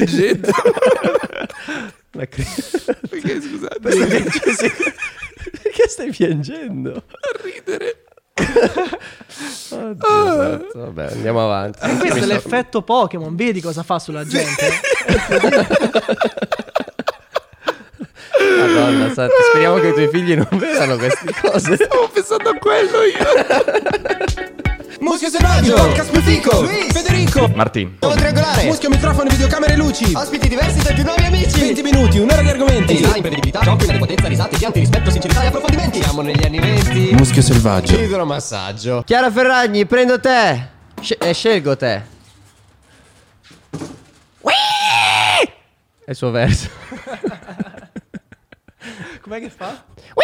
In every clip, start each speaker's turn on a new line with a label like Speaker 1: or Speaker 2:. Speaker 1: piangendo.
Speaker 2: La cri-
Speaker 1: Perché scusate,
Speaker 2: Perché, sì. Perché stai piangendo?
Speaker 1: a ridere. Ah.
Speaker 2: Oddio, santo. Vabbè, andiamo avanti.
Speaker 3: E questo è l'effetto Pokémon, vedi cosa fa sulla gente?
Speaker 2: Madonna, santo, speriamo che i tuoi figli non vedano queste cose.
Speaker 1: Stavo pensando a quello io.
Speaker 4: Muschio selvaggio, podcast mitico, Federico,
Speaker 5: Martin.
Speaker 4: Don Triangolare,
Speaker 5: Muschio, microfono, videocamere, luci.
Speaker 2: Ah,
Speaker 4: ospiti diversi tra più nuovi amici.
Speaker 5: 20 minuti, un'ora di argomenti.
Speaker 2: Esatto.
Speaker 4: Design, imprevedibilità, gioco, potenza, risate, pianti, rispetto, sincerità e approfondimenti. Siamo negli anni 20.
Speaker 5: Muschio selvaggio.
Speaker 4: Idromassaggio.
Speaker 2: Chiara Ferragni, prendo te. Sce- e scelgo te. È il suo verso.
Speaker 3: Com'è che fa?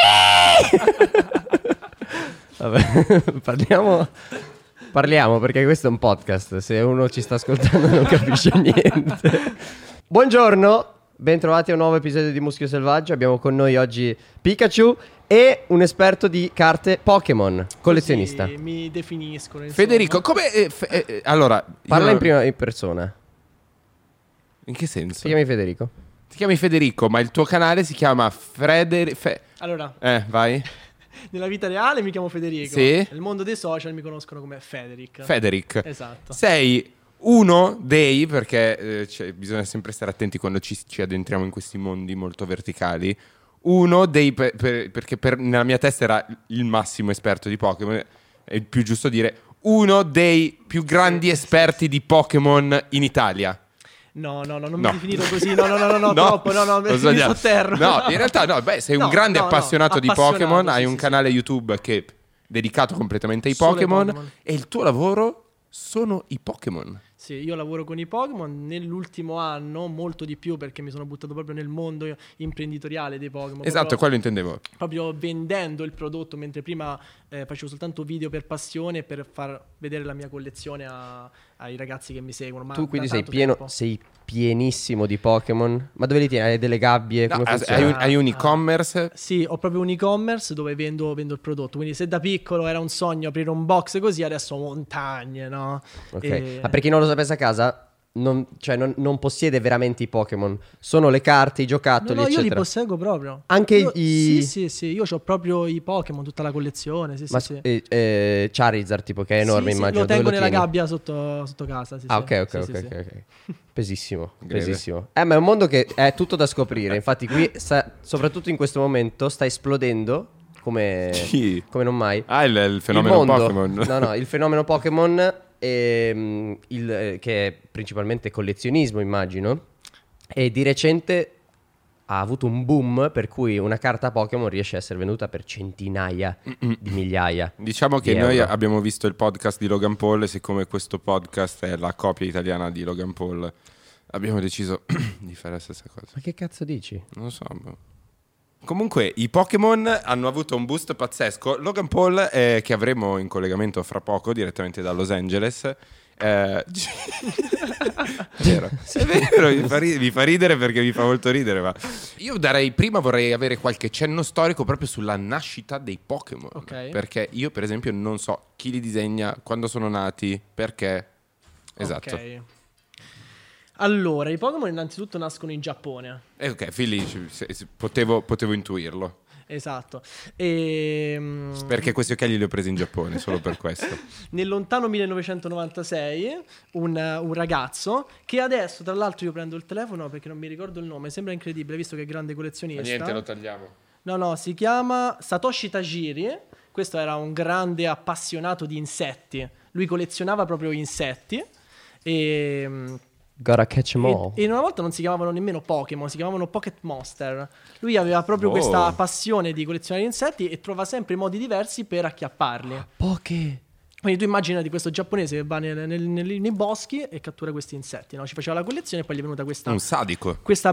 Speaker 2: Vabbè, parliamo. Parliamo perché questo è un podcast. Se uno ci sta ascoltando non capisce niente. Buongiorno, bentrovati a un nuovo episodio di Muschio Selvaggio. Abbiamo con noi oggi Pikachu e un esperto di carte Pokémon, collezionista.
Speaker 3: Sì, mi definiscono. insomma.
Speaker 1: Federico, come... eh, fe- eh, allora...
Speaker 2: Parla
Speaker 1: io-
Speaker 2: in prima in persona.
Speaker 1: In che senso?
Speaker 2: Ti chiami Federico?
Speaker 1: Ti chiami Federico, ma il tuo canale si chiama Frederico...
Speaker 3: Allora,
Speaker 1: Eh, vai.
Speaker 3: nella vita reale mi chiamo Federico.
Speaker 1: Sì.
Speaker 3: Nel mondo dei social mi conoscono come Federic.
Speaker 1: Federic.
Speaker 3: Esatto.
Speaker 1: Sei uno dei, perché eh, cioè, bisogna sempre stare attenti quando ci, ci addentriamo in questi mondi molto verticali. Uno dei, pe- per- perché per- nella mia testa era il massimo esperto di Pokémon, è il più giusto dire, uno dei più grandi esperti di Pokémon in Italia.
Speaker 3: No, no, no, non
Speaker 1: No.
Speaker 3: mi definito così. No, no, no, no, no, troppo. No, no,
Speaker 1: lo
Speaker 3: mi
Speaker 1: so già.
Speaker 3: sotterro.
Speaker 1: No, in realtà no, beh, sei un
Speaker 3: No,
Speaker 1: grande
Speaker 3: no, no,
Speaker 1: appassionato, di
Speaker 3: appassionato,
Speaker 1: Pokémon,
Speaker 3: sì,
Speaker 1: hai
Speaker 3: sì,
Speaker 1: un
Speaker 3: sì.
Speaker 1: canale YouTube che è dedicato completamente ai
Speaker 3: Solo ai
Speaker 1: Pokémon,
Speaker 3: Pokémon.
Speaker 1: e il tuo lavoro sono i Pokémon.
Speaker 3: Sì, io lavoro con i Pokémon nell'ultimo anno, molto di più perché mi sono buttato proprio nel mondo imprenditoriale dei Pokémon.
Speaker 1: Esatto,
Speaker 3: proprio-
Speaker 1: quello intendevo.
Speaker 3: proprio vendendo il prodotto, mentre prima eh, facevo soltanto video per passione per far vedere la mia collezione a- ai ragazzi che mi seguono. Ma
Speaker 2: tu quindi
Speaker 3: da
Speaker 2: sei
Speaker 3: tanto
Speaker 2: pieno,
Speaker 3: tempo.
Speaker 2: sei pienissimo di Pokémon. Ma dove li tieni? Hai delle gabbie?
Speaker 1: No,
Speaker 2: Come
Speaker 1: as-
Speaker 2: funziona?
Speaker 1: hai, un, hai un
Speaker 3: Ah.
Speaker 1: e-commerce?
Speaker 3: Sì, ho proprio un e-commerce dove vendo, vendo il prodotto. Quindi, se da piccolo era un sogno aprire un box così, adesso ho montagne, no?
Speaker 2: Ok.
Speaker 3: E-
Speaker 2: Ma per chi non lo sapesse a casa, non, cioè non, non possiede veramente i Pokémon. Sono le carte, i
Speaker 3: No,
Speaker 2: giocattoli,
Speaker 3: no, io li
Speaker 2: eccetera.
Speaker 3: posseggo proprio.
Speaker 2: Anche
Speaker 3: Io-
Speaker 2: i-
Speaker 3: Sì, sì, sì. Io ho proprio i Pokémon, tutta la collezione. Sì,
Speaker 2: Ma
Speaker 3: sì, sì.
Speaker 2: eh, eh, Charizard, tipo, che è
Speaker 3: Sì,
Speaker 2: enorme,
Speaker 3: sì,
Speaker 2: immagino.
Speaker 3: Lo
Speaker 2: Dove
Speaker 3: tengo nella
Speaker 2: tieni?
Speaker 3: gabbia sotto, sotto casa. Sì,
Speaker 2: Ah,
Speaker 3: sì.
Speaker 2: ok, ok,
Speaker 3: Sì,
Speaker 2: ok.
Speaker 3: sì, sì.
Speaker 2: ok, ok. Pesissimo,
Speaker 1: Greve.
Speaker 2: pesissimo. Eh, ma è un mondo che è tutto da scoprire. Infatti, qui, sta- soprattutto in questo momento, sta esplodendo come,
Speaker 1: Sì.
Speaker 2: come non mai.
Speaker 1: Ah, il, il fenomeno
Speaker 2: il mondo.
Speaker 1: Pokémon.
Speaker 2: No, no, il fenomeno Pokémon, ehm, il, eh, che è principalmente collezionismo, immagino, e di recente ha avuto un boom per cui una carta Pokémon riesce a essere venduta per centinaia di migliaia.
Speaker 1: Diciamo che
Speaker 2: di
Speaker 1: noi
Speaker 2: euro.
Speaker 1: abbiamo visto il podcast di Logan Paul e siccome questo podcast è la copia italiana di Logan Paul, abbiamo deciso di fare la stessa cosa.
Speaker 2: Ma che cazzo dici?
Speaker 1: Non lo so. boh. Comunque, i Pokémon hanno avuto un boost pazzesco. Logan Paul, eh, che avremo in collegamento fra poco direttamente da Los Angeles. eh, ci- è vero, è vero, mi fa, ri- mi fa ridere perché mi fa molto ridere. Ma io darei prima vorrei avere qualche cenno storico proprio sulla nascita dei Pokémon.
Speaker 3: Ok.
Speaker 1: Perché io, per esempio, non so chi li disegna, quando sono nati, perché. Esatto.
Speaker 3: Ok. Allora, i Pokémon innanzitutto nascono in Giappone.
Speaker 1: Eh, ok, fin lì ci- se- se- potevo- potevo intuirlo.
Speaker 3: Esatto. E,
Speaker 1: Perché questi occhiali li ho presi in Giappone, solo per questo.
Speaker 3: Nel lontano 1996 un, un ragazzo che adesso tra l'altro io prendo il telefono perché non mi ricordo il nome, sembra incredibile visto che è grande
Speaker 1: Ah,
Speaker 3: collezionista.
Speaker 1: tagliamo.
Speaker 3: No, no, si chiama Satoshi Tajiri. Questo era un grande appassionato di insetti. Lui collezionava proprio insetti Ehm, e
Speaker 2: Gotta catch 'em all.
Speaker 3: e, e una volta non si chiamavano nemmeno Pokémon, si chiamavano Pocket Monster. Lui aveva proprio
Speaker 1: Wow.
Speaker 3: questa passione di collezionare insetti e trova sempre modi diversi per acchiapparli.
Speaker 2: Poké.
Speaker 3: Quindi tu immagina di questo giapponese che va nel- nel- nel- nei boschi e cattura questi insetti, no? Ci faceva la collezione e poi gli è venuta questa,
Speaker 1: Un sadico.
Speaker 3: questa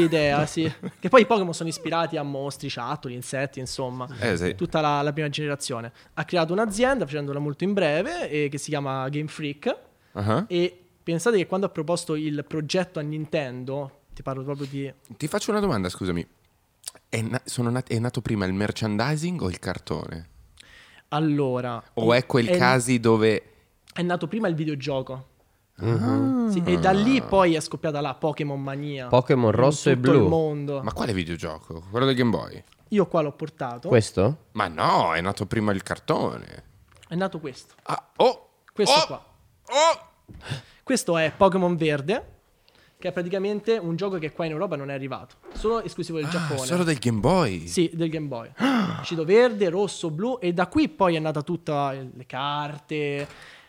Speaker 3: idea, sì. Che poi i Pokémon sono ispirati a mostri, ciattoli, insetti, insomma.
Speaker 1: Eh sì.
Speaker 3: Tutta la, la prima generazione. Ha creato un'azienda, facendola molto in breve, eh, che si chiama Game Freak.
Speaker 1: Ah.
Speaker 3: E pensate che quando ha proposto il progetto a Nintendo, ti parlo proprio di...
Speaker 1: Ti faccio una domanda, scusami. È, na- sono nat- è nato prima il merchandising o il cartone?
Speaker 3: Allora...
Speaker 1: O è quel
Speaker 3: è-
Speaker 1: casi dove...
Speaker 3: È nato prima il videogioco.
Speaker 2: Mhm.
Speaker 3: Sì, e da lì poi è scoppiata la Pokémon mania.
Speaker 2: Pokémon
Speaker 3: Ah. In
Speaker 2: rosso e
Speaker 3: tutto
Speaker 2: blu.
Speaker 3: il mondo.
Speaker 1: Ma quale videogioco? Quello del Game Boy?
Speaker 3: Io qua l'ho portato.
Speaker 2: Questo?
Speaker 1: Ma no, è nato prima il cartone.
Speaker 3: È nato questo.
Speaker 1: Ah, oh!
Speaker 3: Questo
Speaker 1: oh,
Speaker 3: qua.
Speaker 1: Oh!
Speaker 3: Questo è Pokémon Verde, che è praticamente un gioco che qua in Europa non è arrivato. Solo esclusivo del
Speaker 1: Ah,
Speaker 3: Giappone.
Speaker 1: solo del Game Boy.
Speaker 3: Sì, del Game Boy. Uscito verde, rosso, blu e da qui poi è nata tutta eh, le carte.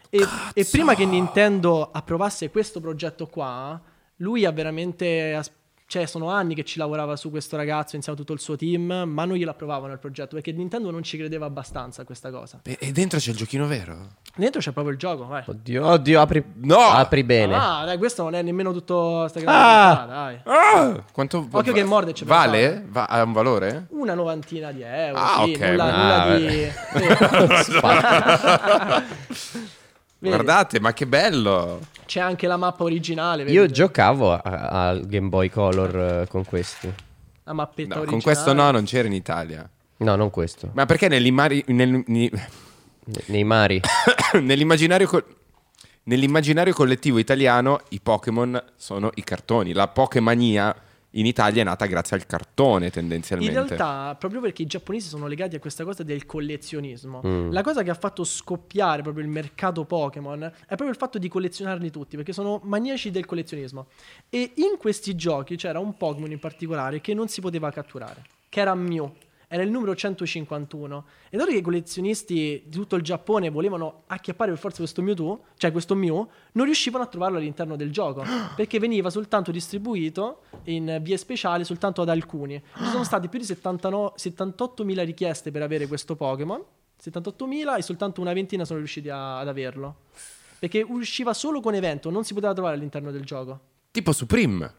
Speaker 3: E, e prima che Nintendo approvasse questo progetto qua, lui ha veramente... as- Cioè, sono anni che ci lavorava su questo ragazzo insieme a tutto il suo team, ma non gliel'approvavano il progetto perché Nintendo non ci credeva abbastanza a questa cosa.
Speaker 1: E, e dentro c'è il giochino vero?
Speaker 3: Dentro c'è proprio il gioco, vai.
Speaker 2: Oddio, oddio, apri,
Speaker 1: No!
Speaker 2: apri bene.
Speaker 3: Ah, dai, questo non è nemmeno tutto sta grande puntata, dai.
Speaker 1: Ah! Quanto
Speaker 3: Occhio che morde, c'è
Speaker 1: Vale? Va- ha un valore?
Speaker 3: Una novantina di euro,
Speaker 1: Ah,
Speaker 3: sì,
Speaker 1: ok,
Speaker 3: nulla,
Speaker 1: ma-
Speaker 3: nulla
Speaker 2: ah,
Speaker 3: di... Vedi,
Speaker 1: Guardate, ma che bello!
Speaker 3: C'è anche la mappa originale, vedi?
Speaker 2: Io giocavo a- al Game Boy Color eh, con questi.
Speaker 3: La mappetta
Speaker 1: No,
Speaker 3: originale.
Speaker 1: con questo no, non c'era in Italia.
Speaker 2: No, non questo.
Speaker 1: Ma perché nell'immari- nel- ni-
Speaker 2: Ne- Nei mari.
Speaker 1: nell'immaginario, col- nell'immaginario collettivo italiano i Pokémon sono i cartoni. La Pokémania in Italia è nata grazie al cartone
Speaker 3: In
Speaker 1: tendenzialmente.
Speaker 3: realtà, proprio perché i giapponesi sono legati a questa cosa del collezionismo, la cosa che ha fatto scoppiare proprio il mercato Pokémon è proprio il fatto di collezionarli tutti, perché sono maniaci del collezionismo. E in questi giochi c'era un Pokémon in particolare che non si poteva catturare, che era Mew. Era il numero 151. E dato che i collezionisti di tutto il Giappone volevano acchiappare per forza questo Mewtwo, cioè questo Mew, non riuscivano a trovarlo all'interno del gioco. Perché veniva soltanto distribuito in vie speciali soltanto ad alcuni. Ci sono state più di 79 78.000 richieste per avere questo Pokémon. 78.000 e soltanto una ventina sono riusciti a- ad averlo. Perché usciva solo con evento, non si poteva trovare all'interno del gioco.
Speaker 1: Tipo Supreme,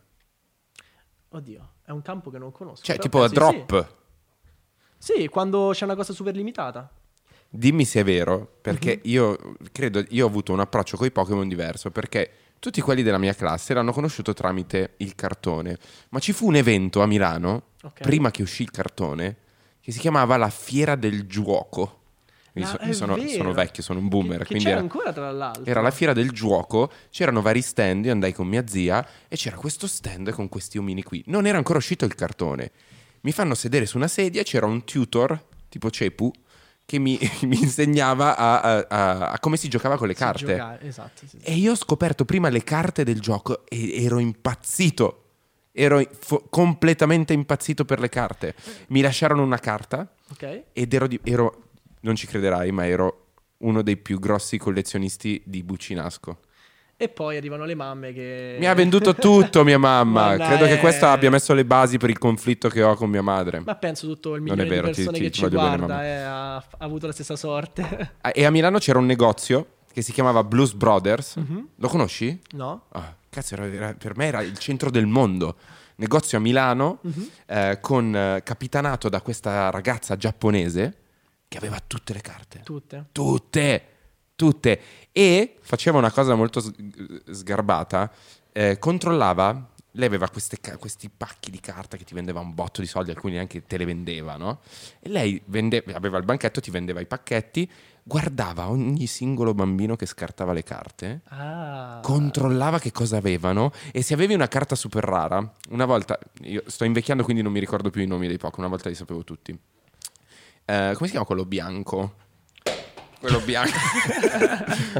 Speaker 3: Oddio, è un campo che non conosco.
Speaker 1: cioè tipo
Speaker 3: però penso di
Speaker 1: Drop.
Speaker 3: Sì. sì, quando c'è una cosa super limitata.
Speaker 1: Dimmi se è vero,
Speaker 3: Mhm.
Speaker 1: perché io credo, io ho avuto un approccio con i Pokémon diverso, perché tutti quelli della mia classe l'hanno conosciuto tramite il cartone, ma ci fu un evento a Milano,
Speaker 3: Ok.
Speaker 1: prima che uscì il cartone, che si chiamava la Fiera del Giuoco. Io,
Speaker 3: Ah,
Speaker 1: so-
Speaker 3: è
Speaker 1: io sono,
Speaker 3: vero.
Speaker 1: sono vecchio, sono un boomer,
Speaker 3: Che, che
Speaker 1: quindi
Speaker 3: c'era
Speaker 1: era,
Speaker 3: ancora tra l'altro.
Speaker 1: era la Fiera del Giuoco, c'erano vari stand, io andai con mia zia e c'era questo stand con questi omini qui. Non era ancora uscito il cartone. Mi fanno sedere su una sedia, c'era un tutor, tipo Cepu, che mi, mi insegnava a, a- a- a come si giocava con le
Speaker 3: Si
Speaker 1: carte.
Speaker 3: giocava- esatto, sì, sì.
Speaker 1: E io ho scoperto prima le carte del gioco e ero impazzito. Ero fo- completamente impazzito per le carte. Mi lasciarono una carta
Speaker 3: Ok.
Speaker 1: ed ero, di- ero- non ci crederai, ma ero uno dei più grossi collezionisti di Bucinasco.
Speaker 3: E poi arrivano le mamme che...
Speaker 1: Mi ha venduto tutto mia mamma.
Speaker 3: Guarda,
Speaker 1: Credo che
Speaker 3: eh,
Speaker 1: questo abbia messo le basi per il conflitto che ho con mia madre.
Speaker 3: Ma penso tutto il
Speaker 1: Non è
Speaker 3: milione
Speaker 1: vero,
Speaker 3: di
Speaker 1: ti-
Speaker 3: persone
Speaker 1: ti-
Speaker 3: che
Speaker 1: ti
Speaker 3: ci
Speaker 1: voglio bene,
Speaker 3: guarda
Speaker 1: mamma.
Speaker 3: eh, ha, ha avuto la stessa sorte.
Speaker 1: Ah, E a Milano c'era un negozio che si chiamava Blues Brothers. Lo conosci?
Speaker 3: no?
Speaker 1: Ah, cazzo, era- era- per me era il centro del mondo. Negozio a Milano, eh, con, eh, capitanato da questa ragazza giapponese che aveva tutte le carte.
Speaker 3: Tutte.
Speaker 1: Tutte, tutte. E faceva una cosa molto s- sgarbata, eh, controllava, lei aveva queste ca- questi pacchi di carta che ti vendeva un botto di soldi, alcuni neanche te le vendeva, no? E lei vende- aveva il banchetto, ti vendeva i pacchetti, guardava ogni singolo bambino che scartava le carte
Speaker 3: Ah.
Speaker 1: controllava che cosa avevano e se avevi una carta super rara, una volta, io sto invecchiando quindi non mi ricordo più i nomi dei Pokémon, una volta li sapevo tutti. Eh, come si chiama quello bianco? Quello bianco.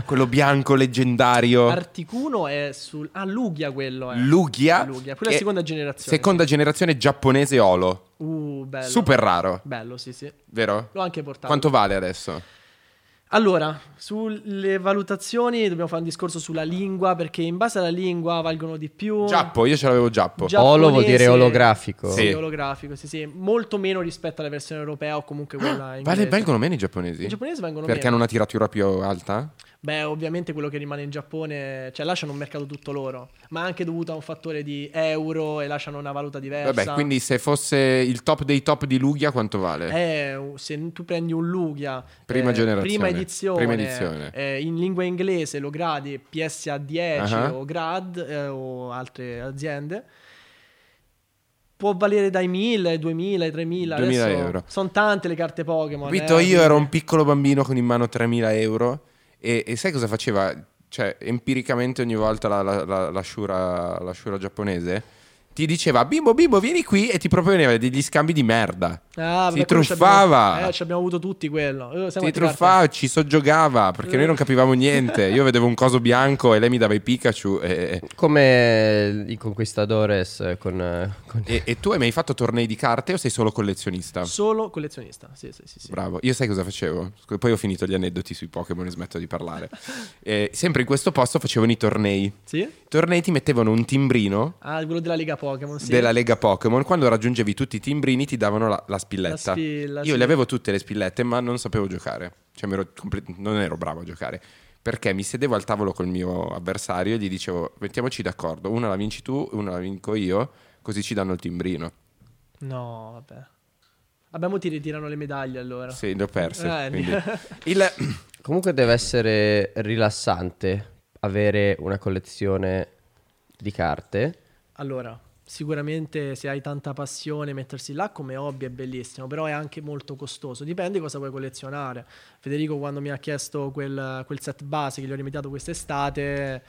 Speaker 1: quello bianco leggendario.
Speaker 3: Articuno è sul... Ah, Lugia quello è.
Speaker 1: Lugia.
Speaker 3: Lugia. Quella è
Speaker 1: che-
Speaker 3: seconda generazione.
Speaker 1: Seconda generazione giapponese Olo.
Speaker 3: Uh, bello.
Speaker 1: Super raro,
Speaker 3: Bello, sì, sì.
Speaker 1: vero?
Speaker 3: L'ho anche portato.
Speaker 1: Quanto vale adesso?
Speaker 3: Allora, sulle valutazioni dobbiamo fare un discorso sulla lingua, perché in base alla lingua valgono di più.
Speaker 1: Giappo, io ce l'avevo Giappo.
Speaker 3: Giapponese-
Speaker 2: Olo vuol dire olografico.
Speaker 3: Sì,
Speaker 1: Sì.
Speaker 3: olografico, sì, sì. Molto meno rispetto alla versione europea o comunque quella
Speaker 1: Ah, Vale,
Speaker 3: inglese.
Speaker 1: vengono meno i giapponesi?
Speaker 3: I giapponesi vengono
Speaker 1: Perché hanno
Speaker 3: meno.
Speaker 1: una tiratura più alta?
Speaker 3: Beh, ovviamente quello che rimane in Giappone, cioè lasciano un mercato tutto loro, ma anche dovuto a un fattore di euro e lasciano una valuta diversa.
Speaker 1: Vabbè, quindi se fosse il top dei top di Lugia, quanto vale?
Speaker 3: Eh, se tu prendi un Lugia
Speaker 1: Prima
Speaker 3: eh,
Speaker 1: generazione.
Speaker 3: prima edizione,
Speaker 1: Prima edizione.
Speaker 3: eh, in lingua inglese lo gradi PSA 10
Speaker 1: Ah.
Speaker 3: o Grad eh, o altre aziende può valere dai 1000 ai 2000 ai 3000
Speaker 1: 2000
Speaker 3: Adesso
Speaker 1: euro.
Speaker 3: sono tante le carte Pokémon
Speaker 1: Vito,
Speaker 3: eh,
Speaker 1: io ero un piccolo bambino con in mano 3.000 euro e, e sai cosa faceva? cioè, empiricamente ogni volta la, la, la- la sciura, la sciura giapponese ti diceva bimbo bimbo vieni qui e ti proponeva degli scambi di merda.
Speaker 3: Ah,
Speaker 1: ti
Speaker 3: vabbè, quello ci
Speaker 1: truffava.
Speaker 3: abbiamo- eh, ci abbiamo avuto tutti quello. Eh, siamo
Speaker 1: Ti
Speaker 3: a tirarte.
Speaker 1: truffava, ci soggiogava perché noi non capivamo niente. Io vedevo un coso bianco e lei mi dava i Pikachu. E,
Speaker 2: Come i Conquistadores eh, con... eh, con-
Speaker 1: e- e tu hai mai fatto tornei di carte o sei solo collezionista?
Speaker 3: Solo collezionista. Sì, sì, sì. sì.
Speaker 1: Bravo, io sai cosa facevo? Scu- Poi ho finito gli aneddoti sui Pokémon e smetto di parlare. Eh, sempre in questo posto facevano i tornei.
Speaker 3: Sì?
Speaker 1: I tornei ti mettevano un timbrino
Speaker 3: Ah, quello della Lega Pokémon. Sì.
Speaker 1: della Lega Pokémon. Quando raggiungevi tutti i timbrini ti davano la, la spilletta.
Speaker 3: La spilla,
Speaker 1: Io
Speaker 3: sì.
Speaker 1: le avevo tutte le spillette, ma non sapevo giocare. Cioè, mi ero comple- non ero bravo a giocare. Perché mi sedevo al tavolo col mio avversario e gli dicevo: mettiamoci d'accordo, una la vinci tu, una la vinco io, così ci danno il timbrino.
Speaker 3: No, vabbè. Abbiamo ti ritirano le medaglie allora.
Speaker 1: Sì, le ho perse.
Speaker 3: Eh,
Speaker 1: quindi.
Speaker 3: niente.
Speaker 1: Il-
Speaker 2: Comunque deve essere rilassante avere una collezione di carte.
Speaker 3: Allora, sicuramente se hai tanta passione mettersi là come hobby è bellissimo, però è anche molto costoso, dipende cosa vuoi collezionare. Federico quando mi ha chiesto quel, quel set base che gli ho rimediato quest'estate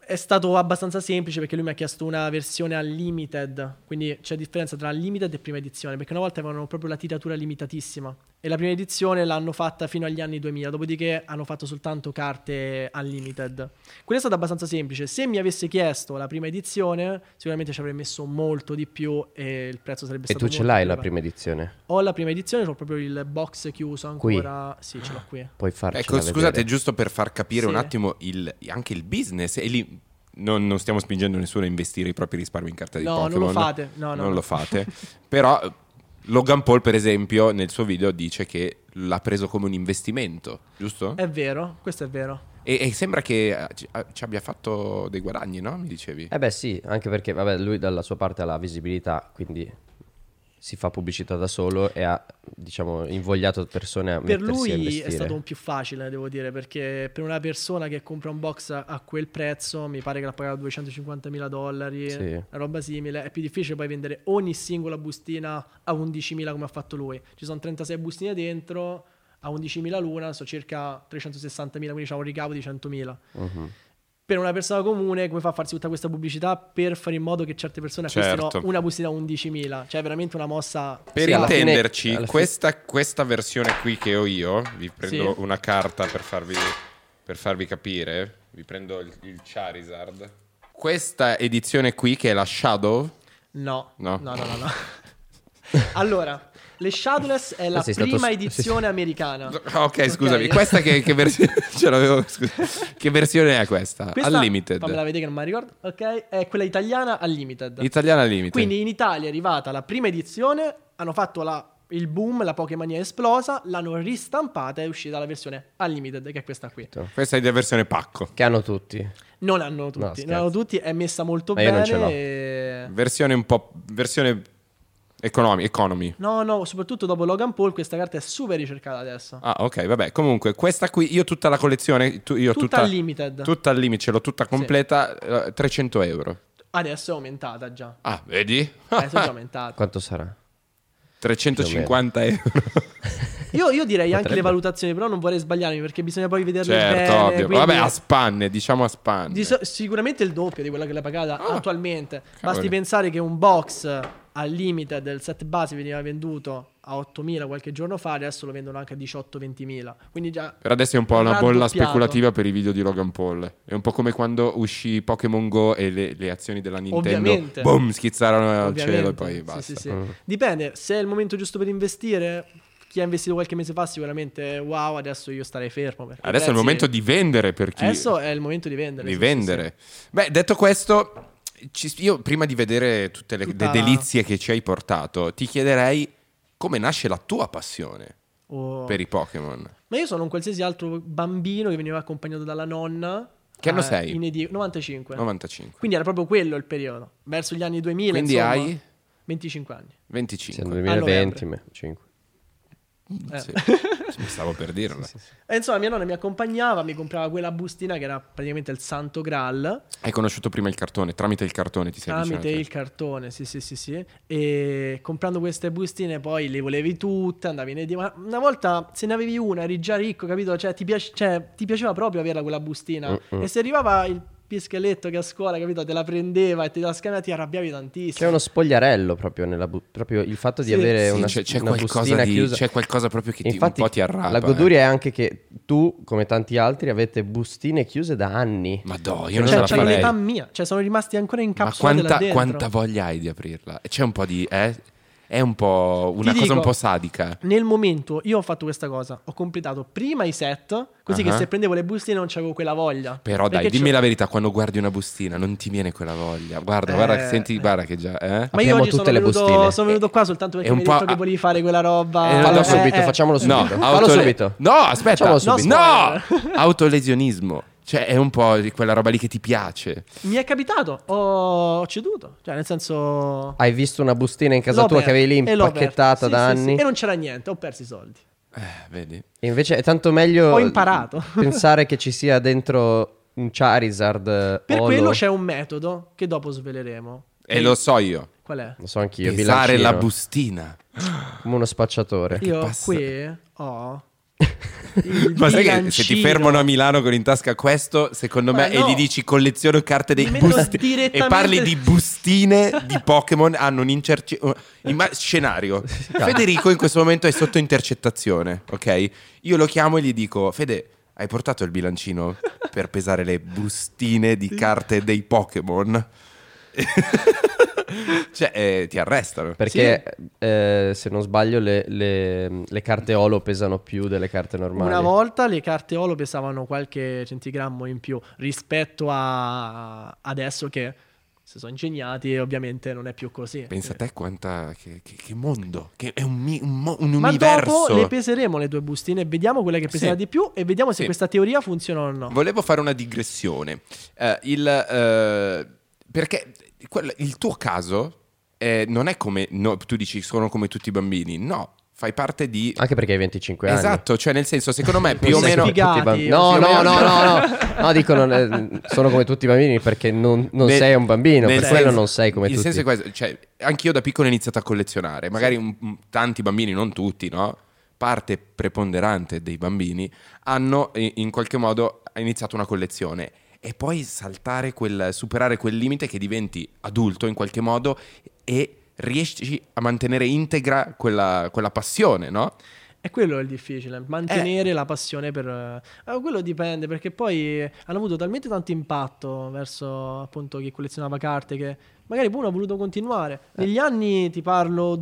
Speaker 3: è stato abbastanza semplice perché lui mi ha chiesto una versione al limited, quindi c'è differenza tra limited e prima edizione, perché una volta avevano proprio la tiratura limitatissima e la prima edizione l'hanno fatta fino agli anni 2000, dopodiché hanno fatto soltanto carte al limited. Quella è stata abbastanza semplice. Se mi avesse chiesto la prima edizione, sicuramente ci avrei messo molto di più e il prezzo sarebbe
Speaker 2: E
Speaker 3: stato
Speaker 2: tu ce
Speaker 3: molto
Speaker 2: l'hai
Speaker 3: più
Speaker 2: la
Speaker 3: elevato.
Speaker 2: prima edizione.
Speaker 3: Ho la prima edizione, ho proprio il box chiuso ancora. Sì, ce l'ho qui.
Speaker 2: Puoi farcela
Speaker 1: Ecco, scusate,
Speaker 2: vedere.
Speaker 1: giusto per far capire
Speaker 3: Sì.
Speaker 1: un attimo il- anche il business, e lì non, non stiamo spingendo nessuno a investire i propri risparmi in carta di
Speaker 3: No, non
Speaker 1: Pokémon.
Speaker 3: lo fate. No, no,
Speaker 1: non
Speaker 3: no.
Speaker 1: lo fate. Però eh, Logan Paul, per esempio, nel suo video dice che l'ha preso come un investimento, giusto?
Speaker 3: È vero, questo è vero.
Speaker 1: E, e sembra che eh, ci, eh, ci abbia fatto dei guadagni, no? Mi dicevi.
Speaker 2: Eh beh sì, anche perché vabbè, lui dalla sua parte ha la visibilità, quindi si fa pubblicità da solo e ha diciamo invogliato persone a
Speaker 3: Per
Speaker 2: mettersi a
Speaker 3: lui
Speaker 2: investire.
Speaker 3: è stato un più facile, devo dire, perché per una persona che compra un box a- a quel prezzo, mi pare che l'ha pagato 250.000 dollari,
Speaker 2: Sì.
Speaker 3: una roba simile, è più difficile poi vendere ogni singola bustina a 11.000 come ha fatto lui. Ci sono 36 bustine dentro, a 11.000 l'una, sono circa 360.000, quindi c'è un ricavo di 100.000.
Speaker 2: Mhm.
Speaker 3: Per una persona comune, come fa a farsi tutta questa pubblicità per fare in modo che certe persone acquistino
Speaker 1: Certo.
Speaker 3: una bustina a 11.000? Cioè, è veramente una mossa.
Speaker 1: Per
Speaker 2: Sì, alla fine-
Speaker 1: intenderci,
Speaker 2: alla fi-
Speaker 1: questa, questa versione qui che ho io, vi prendo
Speaker 3: Sì.
Speaker 1: una carta per farvi, per farvi capire, vi prendo il, il Charizard. Questa edizione qui che è la Shadow,
Speaker 3: No,
Speaker 1: No.
Speaker 3: no, no, no. no. allora, le Shadowless è la
Speaker 2: sei Eh stato
Speaker 3: prima
Speaker 2: s-
Speaker 3: edizione americana.
Speaker 1: ok scusami, questa che, che versione, ce l'avevo, scusa. che versione è questa?
Speaker 3: Questa-
Speaker 1: Unlimited,
Speaker 3: Fammela vedere che non me la ricordo. Ok, è quella italiana al limited.
Speaker 1: italiana Limited.
Speaker 3: Quindi in Italia è arrivata la prima edizione, hanno fatto la- il boom, la Pokémania è esplosa, l'hanno ristampata e è uscita la versione Unlimited, che è questa qui.
Speaker 1: Questa è la versione pacco,
Speaker 2: certo. Che hanno tutti.
Speaker 3: Non l'hanno tutti,
Speaker 2: scherzo.
Speaker 3: non l'hanno tutti, è messa molto
Speaker 2: Ma io
Speaker 3: bene.
Speaker 2: non ce l'ho.
Speaker 3: e-
Speaker 1: versione un po', versione economy, economy.
Speaker 3: No, no, soprattutto dopo Logan Paul questa carta è super ricercata adesso.
Speaker 1: Ah, ok, vabbè. Comunque, questa qui, io tutta la collezione, tu- io
Speaker 3: Tutta
Speaker 1: tutta,
Speaker 3: al limited.
Speaker 1: Tutta al limite, ce l'ho tutta completa, eh, 300 euro.
Speaker 3: Adesso è aumentata già.
Speaker 1: Ah, vedi?
Speaker 3: Adesso è già aumentata.
Speaker 2: Quanto sarà?
Speaker 1: 350 euro.
Speaker 3: Io, io direi anche le
Speaker 2: Potrebbe.
Speaker 3: valutazioni, però non vorrei sbagliarmi perché bisogna poi vederle bene.
Speaker 1: certo, ovvio.
Speaker 3: quindi
Speaker 1: Vabbè, a spanne, diciamo a spanne.
Speaker 3: di so- sicuramente il doppio di quella che l'ha pagata
Speaker 1: Ah,
Speaker 3: attualmente.
Speaker 1: cavoli.
Speaker 3: Basti pensare che un box al limite del set base veniva venduto a 8.000 qualche giorno fa, adesso lo vendono anche a 18-20.000. Quindi già
Speaker 1: Per adesso è un po' una bolla
Speaker 3: raddoppiato.
Speaker 1: speculativa per i video di Logan Paul. È un po' come quando uscì Pokémon Go e le, le azioni della Nintendo
Speaker 3: Ovviamente.
Speaker 1: boom, schizzarono al
Speaker 3: Ovviamente.
Speaker 1: cielo e poi
Speaker 3: Sì,
Speaker 1: basta. Mm.
Speaker 3: sì, sì. Dipende, se è il momento giusto per investire, chi ha investito qualche mese fa sicuramente wow, adesso io starei fermo. perché i
Speaker 1: Adesso è il
Speaker 3: prezzi-
Speaker 1: momento di vendere per chi...
Speaker 3: Adesso è il momento di vendere.
Speaker 1: di
Speaker 3: sì, sì, sì.
Speaker 1: vendere. Beh, detto questo, ci- io prima di vedere tutte le,
Speaker 3: Tutta
Speaker 1: le
Speaker 3: la-
Speaker 1: delizie che ci hai portato, ti chiederei come nasce la tua passione
Speaker 3: Oh.
Speaker 1: per i Pokémon.
Speaker 3: Ma io sono un qualsiasi altro bambino che veniva accompagnato dalla nonna.
Speaker 1: Che anno
Speaker 3: eh,
Speaker 1: sei?
Speaker 3: in edi- 95.
Speaker 1: 95.
Speaker 3: Quindi era proprio quello il periodo, verso gli anni 2000.
Speaker 1: Quindi
Speaker 3: insomma.
Speaker 1: hai?
Speaker 3: 25 anni.
Speaker 2: Siamo
Speaker 1: 25.
Speaker 2: nel 2020,
Speaker 3: Ah, novembre.
Speaker 2: ma- cinque.
Speaker 3: Eh.
Speaker 1: Mm, Sì. Stavo per dirla.
Speaker 3: E insomma, mia nonna mi accompagnava, mi comprava quella bustina che era praticamente il santo graal.
Speaker 1: Hai conosciuto prima il cartone, tramite il cartone ti sei
Speaker 3: Tramite il
Speaker 1: avvicinato.
Speaker 3: cartone, sì, sì, sì, sì. E comprando queste bustine poi le volevi tutte, andavi nei divan- Una volta se ne avevi una eri già ricco, capito? Cioè ti, piace- cioè, ti piaceva proprio averla quella bustina.
Speaker 1: Mm,
Speaker 3: E se arrivava il pischeletto che a scuola, capito, te la prendeva e te la scannava, ti arrabbiavi tantissimo.
Speaker 2: C'è uno spogliarello proprio nella bu- proprio il fatto di
Speaker 3: Sì,
Speaker 2: avere
Speaker 1: sì,
Speaker 2: una,
Speaker 1: c'è- Cioè, c'è
Speaker 2: una
Speaker 1: qualcosa
Speaker 2: bustina
Speaker 1: di-
Speaker 2: chiusa.
Speaker 1: c'è qualcosa proprio che ti- un
Speaker 2: Infatti,
Speaker 1: po' ti eh. arrapa,
Speaker 2: La goduria è anche che tu, come tanti altri, avete bustine chiuse da anni.
Speaker 1: Madò, io non
Speaker 3: Cioè,
Speaker 1: ce la
Speaker 3: c'hanno
Speaker 1: farei.
Speaker 3: l'età mia, cioè sono rimasti ancora
Speaker 1: Ma
Speaker 3: incapsulati là
Speaker 1: quanta,
Speaker 3: dentro.
Speaker 1: quanta voglia hai di aprirla? C'è un po' di... eh? È un po' una
Speaker 3: Ti
Speaker 1: cosa un
Speaker 3: dico,
Speaker 1: po' sadica. eh.
Speaker 3: Nel momento io ho fatto questa cosa, ho completato prima i set, così
Speaker 1: Ah.
Speaker 3: che se prendevo le bustine non c'avevo quella voglia.
Speaker 1: Però dai,
Speaker 3: Perché
Speaker 1: dimmi
Speaker 3: c'ho-
Speaker 1: la verità, quando guardi una bustina non ti viene quella voglia. Guarda,
Speaker 3: Eh,
Speaker 1: guarda, che senti,
Speaker 3: eh.
Speaker 1: guarda che già... eh?
Speaker 3: Ma io
Speaker 2: Apriamo
Speaker 3: oggi sono
Speaker 2: tutte le
Speaker 3: venuto,
Speaker 2: bustine.
Speaker 3: sono venuto qua soltanto
Speaker 1: È
Speaker 3: perché
Speaker 1: un
Speaker 3: mi hai
Speaker 1: po'
Speaker 3: detto che
Speaker 1: a-
Speaker 3: volevi fare quella
Speaker 1: Eh,
Speaker 3: roba.
Speaker 2: Fallo
Speaker 1: eh,
Speaker 2: subito,
Speaker 1: eh.
Speaker 2: facciamolo subito.
Speaker 1: No,
Speaker 2: Fallo
Speaker 1: autole-
Speaker 2: subito.
Speaker 1: No, aspetta.
Speaker 2: Facciamolo subito.
Speaker 1: No,
Speaker 3: No,
Speaker 1: autolesionismo. Cioè, è un po' di quella roba lì che ti piace.
Speaker 3: Mi è capitato, ho ceduto. Cioè, nel senso.
Speaker 2: Hai visto una bustina in casa
Speaker 3: l'ho
Speaker 2: tua
Speaker 3: aperta,
Speaker 2: che avevi lì
Speaker 3: e l'ho aperta.
Speaker 2: impacchettata
Speaker 3: Sì,
Speaker 2: da
Speaker 3: sì, sì.
Speaker 2: anni?
Speaker 3: E non c'era niente, ho perso i soldi.
Speaker 1: Eh, vedi.
Speaker 2: E invece è tanto meglio
Speaker 3: Ho imparato.
Speaker 2: pensare che ci sia dentro un Charizard eh,
Speaker 3: Per
Speaker 2: Olo.
Speaker 3: quello c'è un metodo che dopo sveleremo.
Speaker 1: E lo so io.
Speaker 3: Qual è?
Speaker 2: Lo so anch'io,
Speaker 1: Pesare
Speaker 2: bilancino,
Speaker 1: la bustina.
Speaker 2: come uno spacciatore.
Speaker 3: Io
Speaker 1: passa-
Speaker 3: qui ho. il
Speaker 1: Ma sai che se ti
Speaker 3: bilancino.
Speaker 1: fermano a Milano con in tasca questo, secondo me,
Speaker 3: Ma no.
Speaker 1: e gli dici colleziono carte dei
Speaker 3: Mi metto
Speaker 1: busti e
Speaker 3: direttamente-
Speaker 1: parli di bustine di Pokémon, hanno un incerci- un- imma- scenario.
Speaker 3: Esatto.
Speaker 1: Federico in questo momento è sotto intercettazione, ok? Io lo chiamo e gli dico, Fede, hai portato il bilancino per pesare le bustine di carte dei Pokémon? cioè, eh, ti arrestano.
Speaker 2: Perché eh, se non sbaglio le, le- le carte Olo pesano più delle carte normali.
Speaker 3: Una volta le carte Olo pesavano qualche centigrammo in più rispetto a adesso che si sono ingegnati e ovviamente non è più così.
Speaker 1: Pensa a te quanta... Che, che- che mondo, che è un, mi- un mo- un
Speaker 3: Ma
Speaker 1: universo.
Speaker 3: dopo le peseremo le due bustine e vediamo quella che peserà
Speaker 1: Sì.
Speaker 3: di più e vediamo se
Speaker 1: Sì.
Speaker 3: questa teoria funziona o no.
Speaker 1: Volevo fare una digressione. Eh, il, eh, perché quel- il tuo caso eh, non è come no, tu dici sono come tutti i bambini, no, fai parte di...
Speaker 2: Anche perché hai 25 anni.
Speaker 1: Esatto, cioè nel senso, secondo me più o
Speaker 2: Non sei
Speaker 1: meno...
Speaker 2: come tutti i bambini.
Speaker 3: Figati,
Speaker 2: No,
Speaker 1: più o
Speaker 2: no, no,
Speaker 1: meno.
Speaker 2: no, no. No, dico, non è- sono come tutti i bambini perché non, non
Speaker 1: Nel-
Speaker 2: sei un bambino.
Speaker 1: nel
Speaker 2: Per quello
Speaker 1: senso-
Speaker 2: non sei come
Speaker 1: il
Speaker 2: tutti.
Speaker 1: senso è questo, cioè, anch'io da piccolo ho iniziato a collezionare, magari un- un- tanti bambini, non tutti, no? Parte preponderante dei bambini hanno eh, in qualche modo iniziato una collezione e poi saltare quel, superare quel limite che diventi adulto in qualche modo e riesci a mantenere integra quella, quella passione, no?
Speaker 3: E quello è il difficile, mantenere la passione per... eh, quello dipende perché poi hanno avuto talmente tanto impatto verso appunto chi collezionava carte che magari poi uno ha voluto continuare.
Speaker 1: Eh.
Speaker 3: Negli anni ti parlo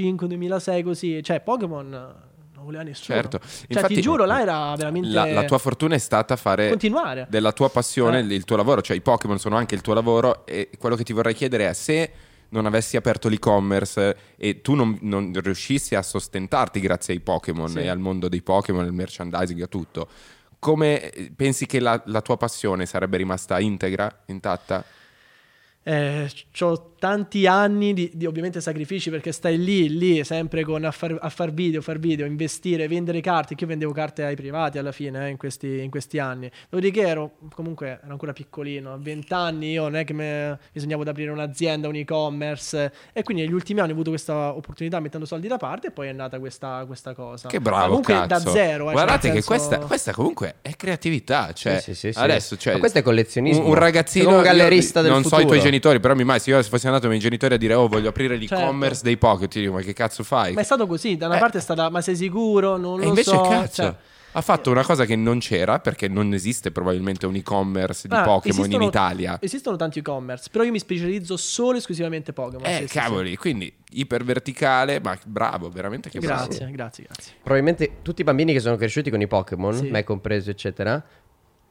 Speaker 3: 2005-2006 così, cioè Pokémon non voleva nessuno.
Speaker 1: Certo.
Speaker 3: Cioè
Speaker 1: Infatti,
Speaker 3: ti giuro là era veramente...
Speaker 1: La, la tua fortuna è stata fare
Speaker 3: Continuare.
Speaker 1: della tua passione
Speaker 3: Eh.
Speaker 1: il tuo lavoro, cioè i Pokémon sono anche il tuo lavoro e quello che ti vorrei chiedere è se non avessi aperto l'e-commerce e tu non, non riuscissi a sostentarti grazie ai Pokémon
Speaker 3: Sì.
Speaker 1: e al mondo dei Pokémon, al merchandising e a tutto, come eh, pensi che la, la tua passione sarebbe rimasta integra, intatta?
Speaker 3: Eh, c'ho tanti anni di, di ovviamente sacrifici perché stai lì, lì, sempre con a far, a far video, far video, investire, vendere carte. Che io vendevo carte ai privati alla fine eh, in, questi, in questi anni. Dopodiché ero comunque ero ancora piccolino, a 20 anni io non è che me- mi sognavo di aprire un'azienda, un e-commerce. eh, E quindi negli ultimi anni ho avuto questa opportunità mettendo soldi da parte e poi è nata questa, questa cosa.
Speaker 1: Che bravo,
Speaker 3: Ma comunque
Speaker 1: cazzo.
Speaker 3: da zero. eh, cioè,
Speaker 1: Guardate
Speaker 3: nel
Speaker 1: che
Speaker 3: senso-
Speaker 1: questa, questa comunque è creatività. Cioè,
Speaker 2: Sì, sì, sì, sì.
Speaker 1: adesso, cioè,
Speaker 2: Ma questo è collezionismo.
Speaker 1: Un, un ragazzino.
Speaker 2: Sono un gallerista
Speaker 1: io
Speaker 2: del
Speaker 1: Non so i
Speaker 2: futuro.
Speaker 1: tuoi genitori, però mi mai, se io fossi andato ai miei genitori a dire, oh, voglio aprire l'e-commerce
Speaker 3: Certo.
Speaker 1: dei Pokémon, ti dico, ma che cazzo fai?
Speaker 3: Ma è stato così, da una
Speaker 1: Eh.
Speaker 3: parte è stata, ma sei sicuro? Non
Speaker 1: e
Speaker 3: lo
Speaker 1: invece,
Speaker 3: so.
Speaker 1: cazzo.
Speaker 3: cioè-
Speaker 1: ha fatto una cosa che non c'era perché non esiste probabilmente un e-commerce di
Speaker 3: Ah,
Speaker 1: Pokémon in
Speaker 3: esistono-
Speaker 1: Italia.
Speaker 3: Esistono tanti e-commerce, però io mi specializzo solo e esclusivamente Pokémon.
Speaker 1: Eh,
Speaker 3: sì, sì,
Speaker 1: cavoli, quindi iperverticale, ma bravo, veramente
Speaker 3: sì.
Speaker 1: che bravo.
Speaker 3: Grazie, grazie, grazie.
Speaker 2: Probabilmente tutti i bambini che sono cresciuti con i Pokémon,
Speaker 3: Sì.
Speaker 2: me compreso, eccetera,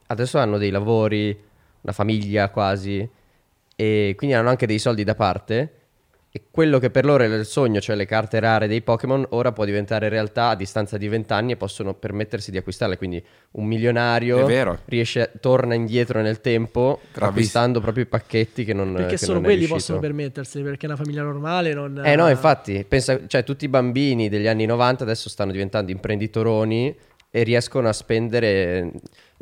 Speaker 2: adesso hanno dei lavori, una famiglia quasi, e quindi hanno anche dei soldi da parte. E quello che per loro era il sogno, cioè le carte rare dei Pokémon, ora può diventare realtà a distanza di 20 anni e possono permettersi di acquistarle. Quindi un
Speaker 1: È
Speaker 2: milionario
Speaker 1: vero.
Speaker 2: riesce, torna indietro nel tempo
Speaker 1: Bravissimo.
Speaker 2: acquistando proprio i pacchetti che non
Speaker 3: Perché
Speaker 2: che
Speaker 3: solo
Speaker 2: non è
Speaker 3: quelli
Speaker 2: riuscito.
Speaker 3: possono permettersi, perché una famiglia normale non...
Speaker 2: Eh no, infatti, pensa, cioè tutti i bambini degli anni 90 adesso stanno diventando imprenditoroni e riescono a spendere mm,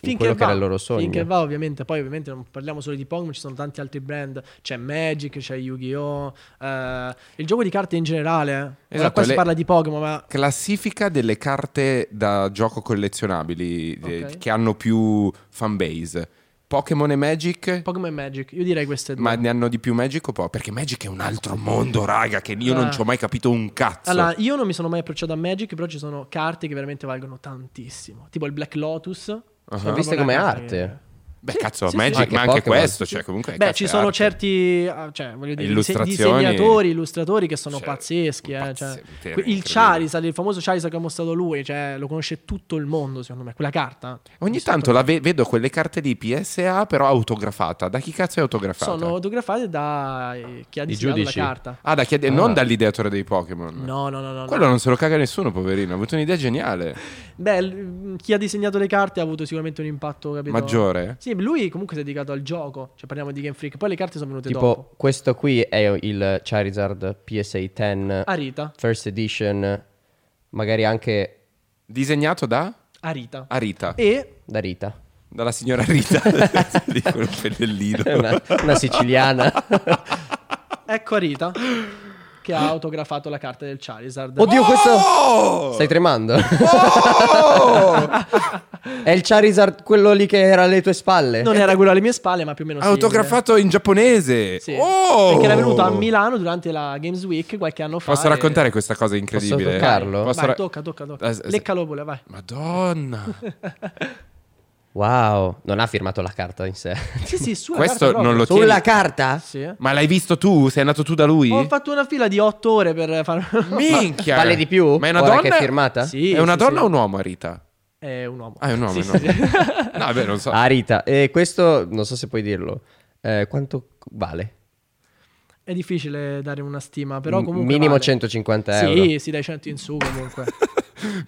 Speaker 2: in quello che era il loro sogno.
Speaker 3: Finché va, ovviamente. Poi, ovviamente, non parliamo solo di Pokémon, ci sono tanti altri brand. C'è Magic, c'è Yu-Gi-Oh! eh, il gioco di carte in generale. eh. Ora
Speaker 1: Esatto,
Speaker 3: qua si
Speaker 1: le-
Speaker 3: parla di Pokémon, ma
Speaker 1: Classifica delle carte da gioco collezionabili eh,
Speaker 3: Ok.
Speaker 1: che hanno più fanbase. Pokémon e Magic?
Speaker 3: Pokémon e Magic, io direi queste due.
Speaker 1: Ma ne hanno di più Magic o po'? Perché Magic è un altro mondo, raga, che io non
Speaker 3: Ah.
Speaker 1: ci ho mai capito un cazzo.
Speaker 3: Allora, io non mi sono mai approcciato a Magic, però ci sono carte che veramente valgono tantissimo. Tipo il Black Lotus.
Speaker 1: Ah.
Speaker 3: sono
Speaker 2: Viste
Speaker 3: proprio una
Speaker 2: come
Speaker 3: carta
Speaker 2: arte.
Speaker 1: Beh,
Speaker 3: Sì,
Speaker 1: cazzo,
Speaker 3: sì,
Speaker 1: Magic,
Speaker 3: sì.
Speaker 2: Anche
Speaker 1: ma anche
Speaker 2: Pokémon.
Speaker 1: questo, cioè comunque...
Speaker 3: Beh,
Speaker 1: cazzo,
Speaker 3: ci
Speaker 1: è
Speaker 3: sono
Speaker 1: arte.
Speaker 3: certi ah, cioè, voglio dire, dise-
Speaker 1: Illustrazioni.
Speaker 3: disegnatori, illustratori che sono
Speaker 1: Cioè,
Speaker 3: pazzeschi. eh,
Speaker 1: pazzi-
Speaker 3: cioè.
Speaker 1: veramente
Speaker 3: il
Speaker 1: incredibile.
Speaker 3: Charizard, il famoso Charizard che ha mostrato lui, cioè, lo conosce tutto il mondo, secondo me. Quella carta.
Speaker 1: Ogni tanto la ve- vedo quelle carte di PSA, però autografata. Da chi cazzo è autografata?
Speaker 3: sono autografate da eh, chi ha disegnato la
Speaker 2: giudici.
Speaker 3: carta.
Speaker 1: Ah, da chi è-
Speaker 2: Ah.
Speaker 1: non dall'ideatore dei Pokémon.
Speaker 3: No, no, no, no. no.
Speaker 1: Quello non se lo caga nessuno, poverino. Ha avuto un'idea geniale.
Speaker 3: Beh, l- chi ha disegnato le carte ha avuto sicuramente un impatto, capito?
Speaker 1: Maggiore.
Speaker 3: Sì, lui comunque si è dedicato al gioco. Cioè, parliamo di Game Freak. Poi le carte sono venute
Speaker 2: Tipo,
Speaker 3: dopo.
Speaker 2: questo qui è il Charizard PSA 10
Speaker 3: Arita.
Speaker 2: First Edition, magari anche
Speaker 1: Disegnato da
Speaker 3: Arita.
Speaker 1: Arita.
Speaker 3: E
Speaker 2: da Rita.
Speaker 1: Dalla signora Rita. Di quel pennellino.
Speaker 2: Una, una siciliana.
Speaker 3: ecco Arita che ha autografato la carta del Charizard.
Speaker 2: Oddio, questo...
Speaker 1: Oh!
Speaker 2: Stai tremando.
Speaker 1: Oh!
Speaker 2: è il Charizard quello lì che era alle tue spalle.
Speaker 3: Non era quello alle mie spalle, ma più o meno simile.
Speaker 1: Autografato in giapponese.
Speaker 3: Sì.
Speaker 1: Oh!
Speaker 3: Perché era venuto a Milano durante la Games Week qualche anno fa.
Speaker 1: Posso
Speaker 3: e-
Speaker 1: raccontare questa cosa incredibile?
Speaker 2: toccarlo?
Speaker 1: Posso
Speaker 3: Vai,
Speaker 1: ra-
Speaker 3: tocca, tocca, tocca.
Speaker 1: Eh, s-
Speaker 3: Leccalo pure, vai.
Speaker 1: Madonna.
Speaker 2: Wow, non ha firmato la carta in sé.
Speaker 3: Sì, sì, sulla
Speaker 1: Questo
Speaker 3: carta
Speaker 1: non lo
Speaker 3: proprio.
Speaker 1: tieni-
Speaker 2: Sulla carta?
Speaker 3: Sì. eh.
Speaker 1: Ma l'hai visto tu? Sei andato tu da lui?
Speaker 3: Ho fatto una fila di 8 ore per far...
Speaker 1: Minchia.
Speaker 2: Vale di più?
Speaker 1: Ma è una
Speaker 2: Ora
Speaker 1: donna?
Speaker 2: che è firmata?
Speaker 3: Sì,
Speaker 1: è una
Speaker 3: sì,
Speaker 1: donna
Speaker 3: sì.
Speaker 1: o un uomo, Rita?
Speaker 3: È un uomo.
Speaker 1: Ah, è un uomo.
Speaker 3: Sì,
Speaker 1: no?
Speaker 3: sì, sì.
Speaker 1: no, beh, non so.
Speaker 2: Ah, Rita. E questo, non so se puoi dirlo, eh, quanto vale?
Speaker 3: È difficile dare una stima, però
Speaker 2: M-
Speaker 3: comunque
Speaker 2: minimo
Speaker 3: vale.
Speaker 2: 150
Speaker 3: Sì,
Speaker 2: euro.
Speaker 3: sì, dai 100 in su comunque.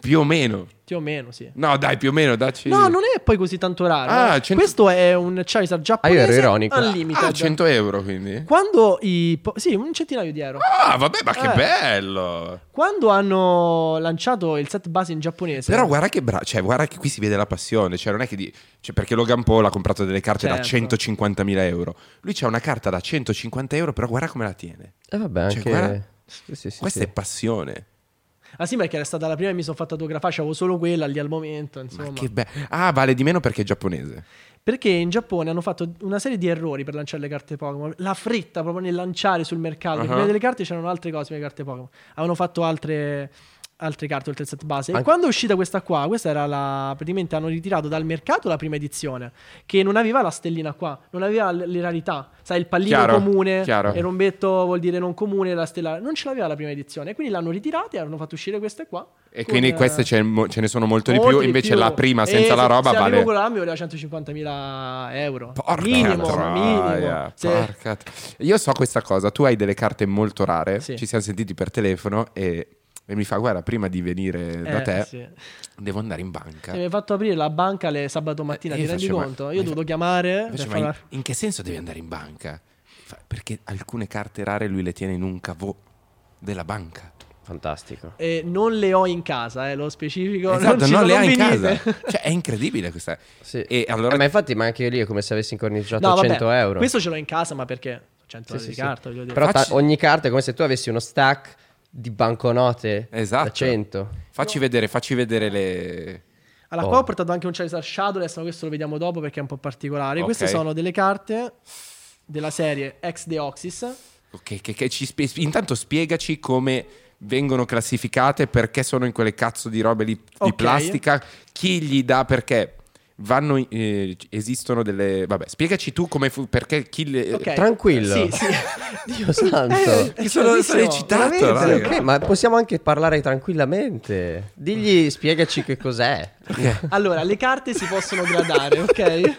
Speaker 1: Più o meno.
Speaker 3: più o meno, sì.
Speaker 1: No, dai, più o meno, dacci.
Speaker 3: No, non è poi così tanto raro.
Speaker 1: Ah,
Speaker 3: eh.
Speaker 1: cento-
Speaker 3: Questo è un Charizard giapponese.
Speaker 2: Ah, io ero ironico.
Speaker 3: Unlimited.
Speaker 1: Ah, 100 euro quindi.
Speaker 3: Quando i. po- sì, un centinaio di euro.
Speaker 1: Ah, vabbè, ma che
Speaker 3: Eh.
Speaker 1: bello.
Speaker 3: Quando hanno lanciato il set base in giapponese.
Speaker 1: Però guarda che bravo, cioè guarda che qui si vede la passione, cioè non è che di... cioè, perché Logan Paul ha comprato delle carte da
Speaker 3: Certo.
Speaker 1: 150.000 euro, lui c'ha una carta da 150 euro, però guarda come la tiene,
Speaker 2: Eh, vabbè,
Speaker 1: Cioè,
Speaker 2: anche...
Speaker 1: guarda,
Speaker 2: sì, sì, sì,
Speaker 1: questa
Speaker 2: sì.
Speaker 1: è passione,
Speaker 3: Ah, sì, perché era stata la prima e mi sono fatta autografare. C'avevo solo quella lì al momento. Insomma.
Speaker 1: ma che bello, ah vale di meno perché è giapponese,
Speaker 3: Perché in Giappone hanno fatto una serie di errori per lanciare le carte Pokémon. La fretta proprio nel lanciare sul mercato.
Speaker 1: Ah.
Speaker 3: Prima delle carte c'erano altre cose per le carte Pokémon. Avevano fatto altre, altre carte oltre il set base. E
Speaker 2: Anche-
Speaker 3: quando è uscita questa qua, questa era la. Praticamente hanno ritirato dal mercato la prima edizione. Che non aveva la stellina qua, non aveva le, le rarità. Sai, il pallino
Speaker 1: Chiaro,
Speaker 3: comune
Speaker 1: chiaro.
Speaker 3: e rombetto vuol dire non comune, la stella. Non ce l'aveva la prima edizione. Quindi l'hanno ritirata e hanno fatto uscire queste qua.
Speaker 1: e
Speaker 3: con,
Speaker 1: quindi
Speaker 3: eh,
Speaker 1: queste ce, mo- ce ne sono molto di
Speaker 3: Molti
Speaker 1: più, invece la prima senza
Speaker 3: Eh,
Speaker 1: la
Speaker 3: se-
Speaker 1: roba
Speaker 3: se
Speaker 1: vale...
Speaker 3: avevo quella mi voleva 150.000 euro.
Speaker 1: Porca
Speaker 3: minimo,
Speaker 1: troia,
Speaker 3: minimo. Se-
Speaker 1: porca tro- Io so questa cosa, tu hai delle carte molto rare,
Speaker 3: Sì.
Speaker 1: ci siamo sentiti per telefono e, e mi fa guarda prima di venire da
Speaker 3: eh,
Speaker 1: te
Speaker 3: sì.
Speaker 1: devo andare in banca.
Speaker 3: Se mi hai fatto aprire la banca le sabato mattina,
Speaker 1: Eh,
Speaker 3: ti
Speaker 1: io
Speaker 3: rendi
Speaker 1: faccio, ma-
Speaker 3: conto?
Speaker 1: ma
Speaker 3: Io ho
Speaker 1: infa-
Speaker 3: dovuto chiamare per
Speaker 1: Invece, ma
Speaker 3: fare
Speaker 1: in,
Speaker 3: una-
Speaker 1: in che senso devi andare in banca? Fa- Perché alcune carte rare lui le tiene in un cavò della banca.
Speaker 2: Fantastico.
Speaker 3: e non le ho in casa, eh, lo specifico.
Speaker 1: Esatto,
Speaker 3: non, ci
Speaker 1: non le
Speaker 3: sono-
Speaker 1: ha in
Speaker 3: non
Speaker 1: casa.
Speaker 3: venite.
Speaker 1: Cioè, è incredibile questa.
Speaker 2: Sì.
Speaker 1: E allora
Speaker 2: Eh, ma infatti, ma anche lì è come se avessi incorniciato
Speaker 3: No, vabbè,
Speaker 2: 100 euro.
Speaker 3: Questo ce l'ho in casa, ma perché? 100
Speaker 2: Sì,
Speaker 3: euro
Speaker 2: sì,
Speaker 3: di
Speaker 2: sì.
Speaker 3: carta, voglio dire.
Speaker 2: Però ta-
Speaker 1: Facci-
Speaker 2: ogni carta è come se tu avessi uno stack di banconote
Speaker 1: Esatto.
Speaker 2: da 100.
Speaker 1: facci vedere, facci vedere le.
Speaker 3: Allora,
Speaker 1: oh.
Speaker 3: qua ho portato anche un Charizard Shadowless, ma questo lo vediamo dopo perché è un po' particolare.
Speaker 1: Ok.
Speaker 3: Queste sono delle carte della serie Ex Deoxys.
Speaker 1: Che, che- che ci spie- Intanto spiegaci come vengono classificate, perché sono in quelle cazzo di robe lì,
Speaker 3: Ok.
Speaker 1: di plastica, chi gli dà perché. Vanno, in- eh, esistono delle. Vabbè, spiegaci tu come fu. Perché chi le.
Speaker 3: Ok.
Speaker 2: Tranquillo.
Speaker 3: Sì, sì.
Speaker 2: Dio santo.
Speaker 1: Sono-
Speaker 3: Eh,
Speaker 1: sono
Speaker 3: bellissimo,
Speaker 1: eccitato,
Speaker 3: veramente.
Speaker 1: raga.
Speaker 2: Ok, ma possiamo anche parlare tranquillamente. Digli, spiegaci che cos'è.
Speaker 3: Allora, le carte si possono gradare, ok?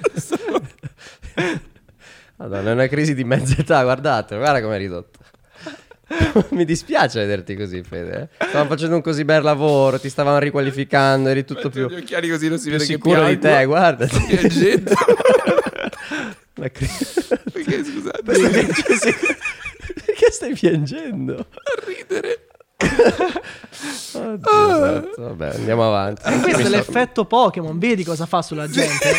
Speaker 2: Madonna, è una crisi di mezza età, guardate, guarda com'è ridotto. Mi dispiace vederti così, Fede. eh. Stavamo facendo un così bel lavoro, ti stavano riqualificando, eri tutto
Speaker 1: Metto
Speaker 2: più,
Speaker 1: gli occhiali così non si
Speaker 2: più
Speaker 1: vede che
Speaker 2: sicuro di te,
Speaker 1: piango.
Speaker 2: guarda.
Speaker 1: Sto piangendo. Perché,
Speaker 2: Perché
Speaker 1: scusate,
Speaker 2: piangi- perché stai piangendo?
Speaker 1: ridere.
Speaker 2: Oddio, santo. Vabbè, andiamo avanti.
Speaker 3: E questo è
Speaker 2: Mi sto-
Speaker 3: l'effetto Pokémon, vedi cosa fa sulla gente?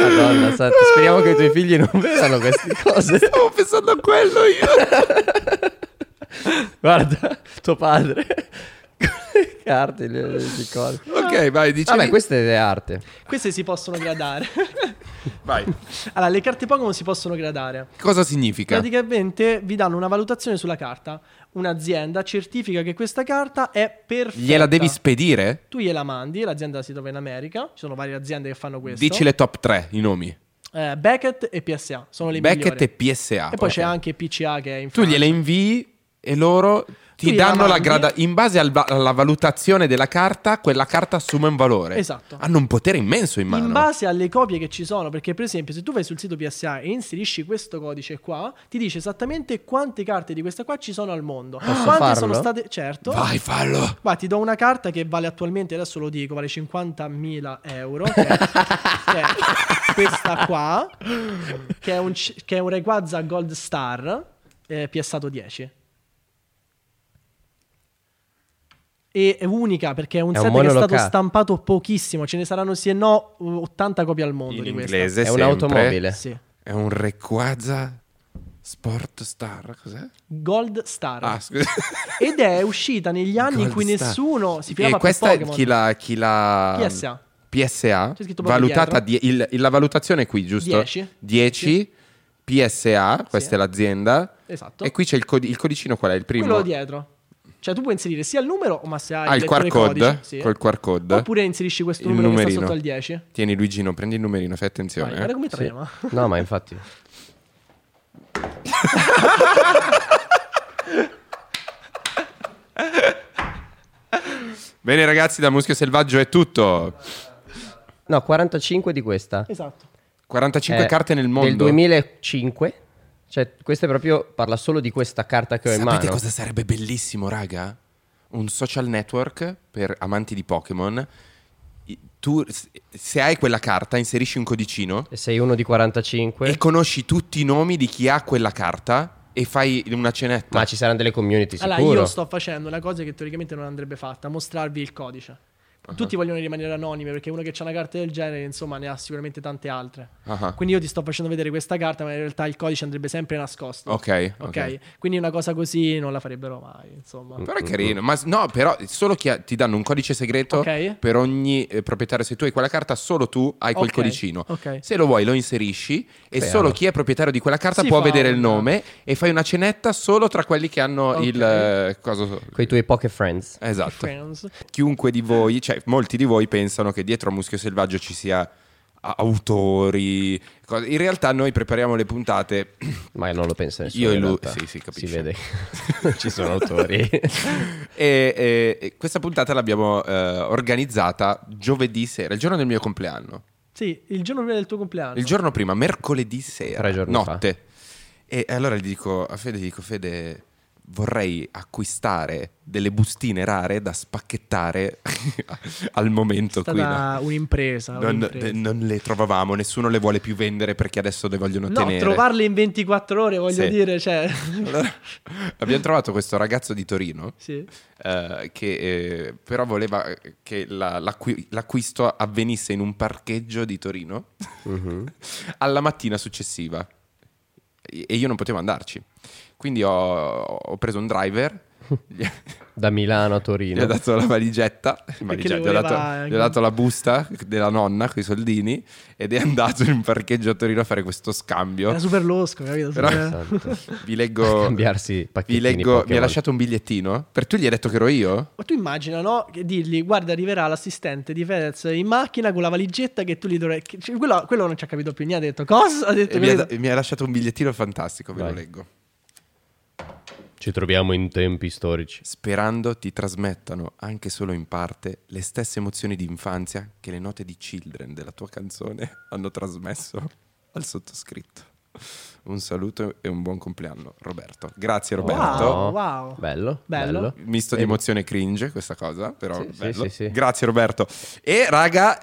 Speaker 2: Madonna, santo, speriamo che i tuoi figli non vedano queste cose.
Speaker 1: Stavo pensando a quello io.
Speaker 2: Guarda, tuo padre con le carte le, le, le cose.
Speaker 1: Ok, vai, dicevi.
Speaker 2: Vabbè, questa è arte.
Speaker 3: Queste si possono gradare.
Speaker 1: Vai.
Speaker 3: Allora, le carte Pokémon si possono gradare.
Speaker 1: Cosa significa?
Speaker 3: Praticamente vi danno una valutazione sulla carta. Un'azienda certifica che questa carta è perfetta.
Speaker 1: Gliela devi spedire?
Speaker 3: Tu gliela mandi, l'azienda si trova in America, ci sono varie aziende che fanno questo.
Speaker 1: Dici le top 3, i nomi.
Speaker 3: Eh, Beckett e PSA sono le
Speaker 1: Beckett
Speaker 3: migliori.
Speaker 1: e PSA.
Speaker 3: E poi
Speaker 1: ok.
Speaker 3: c'è anche PCA che è in
Speaker 1: Tu
Speaker 3: Francia.
Speaker 1: gliele invii e loro
Speaker 3: Tu
Speaker 1: ti
Speaker 3: gliela
Speaker 1: danno la
Speaker 3: mandi.
Speaker 1: grada in base al va- alla valutazione della carta, quella carta assume un valore.
Speaker 3: Esatto.
Speaker 1: Hanno un potere immenso in mano.
Speaker 3: In base alle copie che ci sono, perché per esempio se tu vai sul sito PSA e inserisci questo codice qua, ti dice esattamente quante carte di questa qua ci sono al mondo.
Speaker 2: Posso
Speaker 3: quante
Speaker 2: farlo?
Speaker 3: sono state... Certo.
Speaker 1: Vai, fallo.
Speaker 3: Guarda, ti do una carta che vale attualmente, adesso lo dico, vale 50.000 euro. Che è, che è questa qua, che è un, c- che è un Rayquaza Gold Star, eh, piassato 10. E è unica perché è un
Speaker 2: È un
Speaker 3: set che è stato
Speaker 2: monoloca-
Speaker 3: stampato pochissimo. Ce ne saranno, sì e no, 80 copie al mondo
Speaker 1: In
Speaker 3: di questa.
Speaker 1: inglese
Speaker 2: È
Speaker 1: sempre.
Speaker 2: un'automobile.
Speaker 3: Sì.
Speaker 1: È un Rayquaza Sport Star, cos'è?
Speaker 3: Gold Star.
Speaker 1: Ah, scusa.
Speaker 3: Ed è uscita negli anni in
Speaker 1: Gold
Speaker 3: cui
Speaker 1: Star.
Speaker 3: nessuno si
Speaker 1: E
Speaker 3: fidava più
Speaker 1: questa è
Speaker 3: Pokémon.
Speaker 1: chi la, chi la-
Speaker 3: PSA.
Speaker 1: PSA,
Speaker 3: C'è scritto proprio
Speaker 1: valutata die- il- il- la valutazione è qui, giusto?
Speaker 3: 10.
Speaker 1: 10 PSA, questa
Speaker 3: Sì.
Speaker 1: è l'azienda.
Speaker 3: Esatto.
Speaker 1: E qui c'è il, codi- il codicino qual è? Il primo?
Speaker 3: Quello dietro. Cioè, tu puoi inserire sia il numero, ma se hai
Speaker 1: Ah, il QR
Speaker 3: lettore
Speaker 1: code,
Speaker 3: codice, sì.
Speaker 1: col QR code.
Speaker 3: Oppure inserisci questo
Speaker 1: Il
Speaker 3: numero che sta
Speaker 1: numerino.
Speaker 3: sotto al 10. Vai,
Speaker 1: Tieni Luigino, prendi il numerino, fai attenzione. eh.
Speaker 3: guarda come
Speaker 2: Sì.
Speaker 3: trema.
Speaker 2: No, ma infatti.
Speaker 1: Bene ragazzi, da Muschio Selvaggio è tutto.
Speaker 2: No, 45 di questa.
Speaker 3: Esatto.
Speaker 1: 45
Speaker 2: È
Speaker 1: carte nel mondo.
Speaker 2: Del 2005. Cioè, questa è proprio parla solo di questa carta che ho in
Speaker 1: Sapete
Speaker 2: mano.
Speaker 1: cosa sarebbe bellissimo, raga? Un social network per amanti di Pokémon. I- Tu, s- se hai quella carta, inserisci un codicino
Speaker 2: E sei uno di 45.
Speaker 1: e conosci tutti i nomi di chi ha quella carta e fai una cenetta.
Speaker 2: Ma ci saranno delle community
Speaker 3: Allora,
Speaker 2: sicuro.
Speaker 3: io sto facendo una cosa che teoricamente non andrebbe fatta, mostrarvi il codice.
Speaker 1: Ah.
Speaker 3: Tutti vogliono rimanere anonimi perché uno che ha una carta del genere, insomma, ne ha sicuramente tante altre.
Speaker 1: Ah,
Speaker 3: Quindi io ti sto facendo vedere questa carta, ma in realtà il codice andrebbe sempre nascosto.
Speaker 1: Ok,
Speaker 3: Ok?
Speaker 1: ok.
Speaker 3: Quindi una cosa così non la farebbero mai, insomma.
Speaker 1: Però è carino, ma s- no, però solo chi ha- ti danno un codice segreto
Speaker 3: mm. Ok.
Speaker 1: per ogni eh, proprietario. Se tu hai quella carta, solo tu hai quel
Speaker 3: Ok,
Speaker 1: codicino.
Speaker 3: ok.
Speaker 1: Se lo vuoi, lo inserisci e
Speaker 2: Spero.
Speaker 1: solo chi è proprietario di quella carta
Speaker 3: Si
Speaker 1: può
Speaker 3: fa
Speaker 1: vedere il
Speaker 3: un-
Speaker 1: nome e fai una cenetta solo tra quelli che hanno
Speaker 3: Ok.
Speaker 1: il. eh, cosa-
Speaker 2: Con i tuoi poche friends.
Speaker 1: Esatto.
Speaker 3: Friends.
Speaker 1: Chiunque di voi, cioè molti di voi pensano che dietro a Muschio Selvaggio ci sia a- autori. cose- In realtà noi prepariamo le puntate.
Speaker 2: Ma non lo pensa nessuno.
Speaker 1: Io e
Speaker 2: in
Speaker 1: lui-
Speaker 2: realtà.
Speaker 1: sì, sì, capisci.
Speaker 2: Si vede. ci sono autori.
Speaker 1: E, e- e questa puntata l'abbiamo eh, organizzata giovedì sera, il giorno del mio compleanno.
Speaker 3: Sì, il giorno prima del tuo compleanno.
Speaker 1: Il giorno prima, mercoledì sera,
Speaker 2: Tre giorni
Speaker 1: notte. E allora gli dico a Fede, gli dico, Fede, vorrei acquistare delle bustine rare da spacchettare al momento
Speaker 3: È
Speaker 1: qui. no?
Speaker 3: stata un'impresa.
Speaker 1: Non,
Speaker 3: un'impresa.
Speaker 1: non le trovavamo, nessuno le vuole più vendere perché adesso le vogliono
Speaker 3: No,
Speaker 1: tenere.
Speaker 3: trovarle in 24 ore, voglio
Speaker 1: Sì.
Speaker 3: dire, cioè...
Speaker 1: Allora, abbiamo trovato questo ragazzo di Torino
Speaker 3: sì.
Speaker 1: eh, che eh, però voleva che la- l'acqui- l'acquisto avvenisse in un parcheggio di Torino
Speaker 2: Mhm.
Speaker 1: alla mattina successiva e e io non potevo andarci. Quindi ho, ho preso un driver, gli,
Speaker 2: Da Milano a
Speaker 1: gli ho
Speaker 2: Torino.
Speaker 1: dato la valigetta, valigetta,
Speaker 3: lui
Speaker 1: gli, ho
Speaker 3: voleva
Speaker 1: dato,
Speaker 3: anche-
Speaker 1: gli ho dato la busta della nonna con i soldini ed è andato in un parcheggio a Torino a fare questo scambio.
Speaker 3: Era super losco, capito?
Speaker 1: Però-
Speaker 3: Super-
Speaker 1: Vi leggo,
Speaker 2: Cambiarsi
Speaker 1: vi
Speaker 2: pacchettini
Speaker 1: leggo mi ha
Speaker 2: Pokémon.
Speaker 1: lasciato un bigliettino, per tu gli hai detto che ero io?
Speaker 3: Ma tu immagina, no? Che dirgli, guarda, arriverà l'assistente di Fedez in macchina con la valigetta che tu gli dovrai... che- cioè, quello, quello non ci ha capito più niente, ha detto cosa? Ha detto,
Speaker 1: E mi, ha,
Speaker 3: capito?
Speaker 1: mi ha lasciato un bigliettino fantastico, ve
Speaker 2: Vai.
Speaker 1: lo leggo.
Speaker 2: Ci troviamo in tempi storici.
Speaker 1: Sperando ti trasmettano, anche solo in parte, le stesse emozioni di infanzia che le note di Children della tua canzone hanno trasmesso al sottoscritto. un saluto e un buon compleanno, Roberto. Grazie Roberto.
Speaker 3: Wow, wow.
Speaker 2: Bello,
Speaker 3: Bello.
Speaker 2: bello.
Speaker 1: Misto di emozione e cringe questa cosa, però
Speaker 2: Sì, sì,
Speaker 1: bello.
Speaker 2: sì, sì.
Speaker 1: Grazie Roberto. E raga,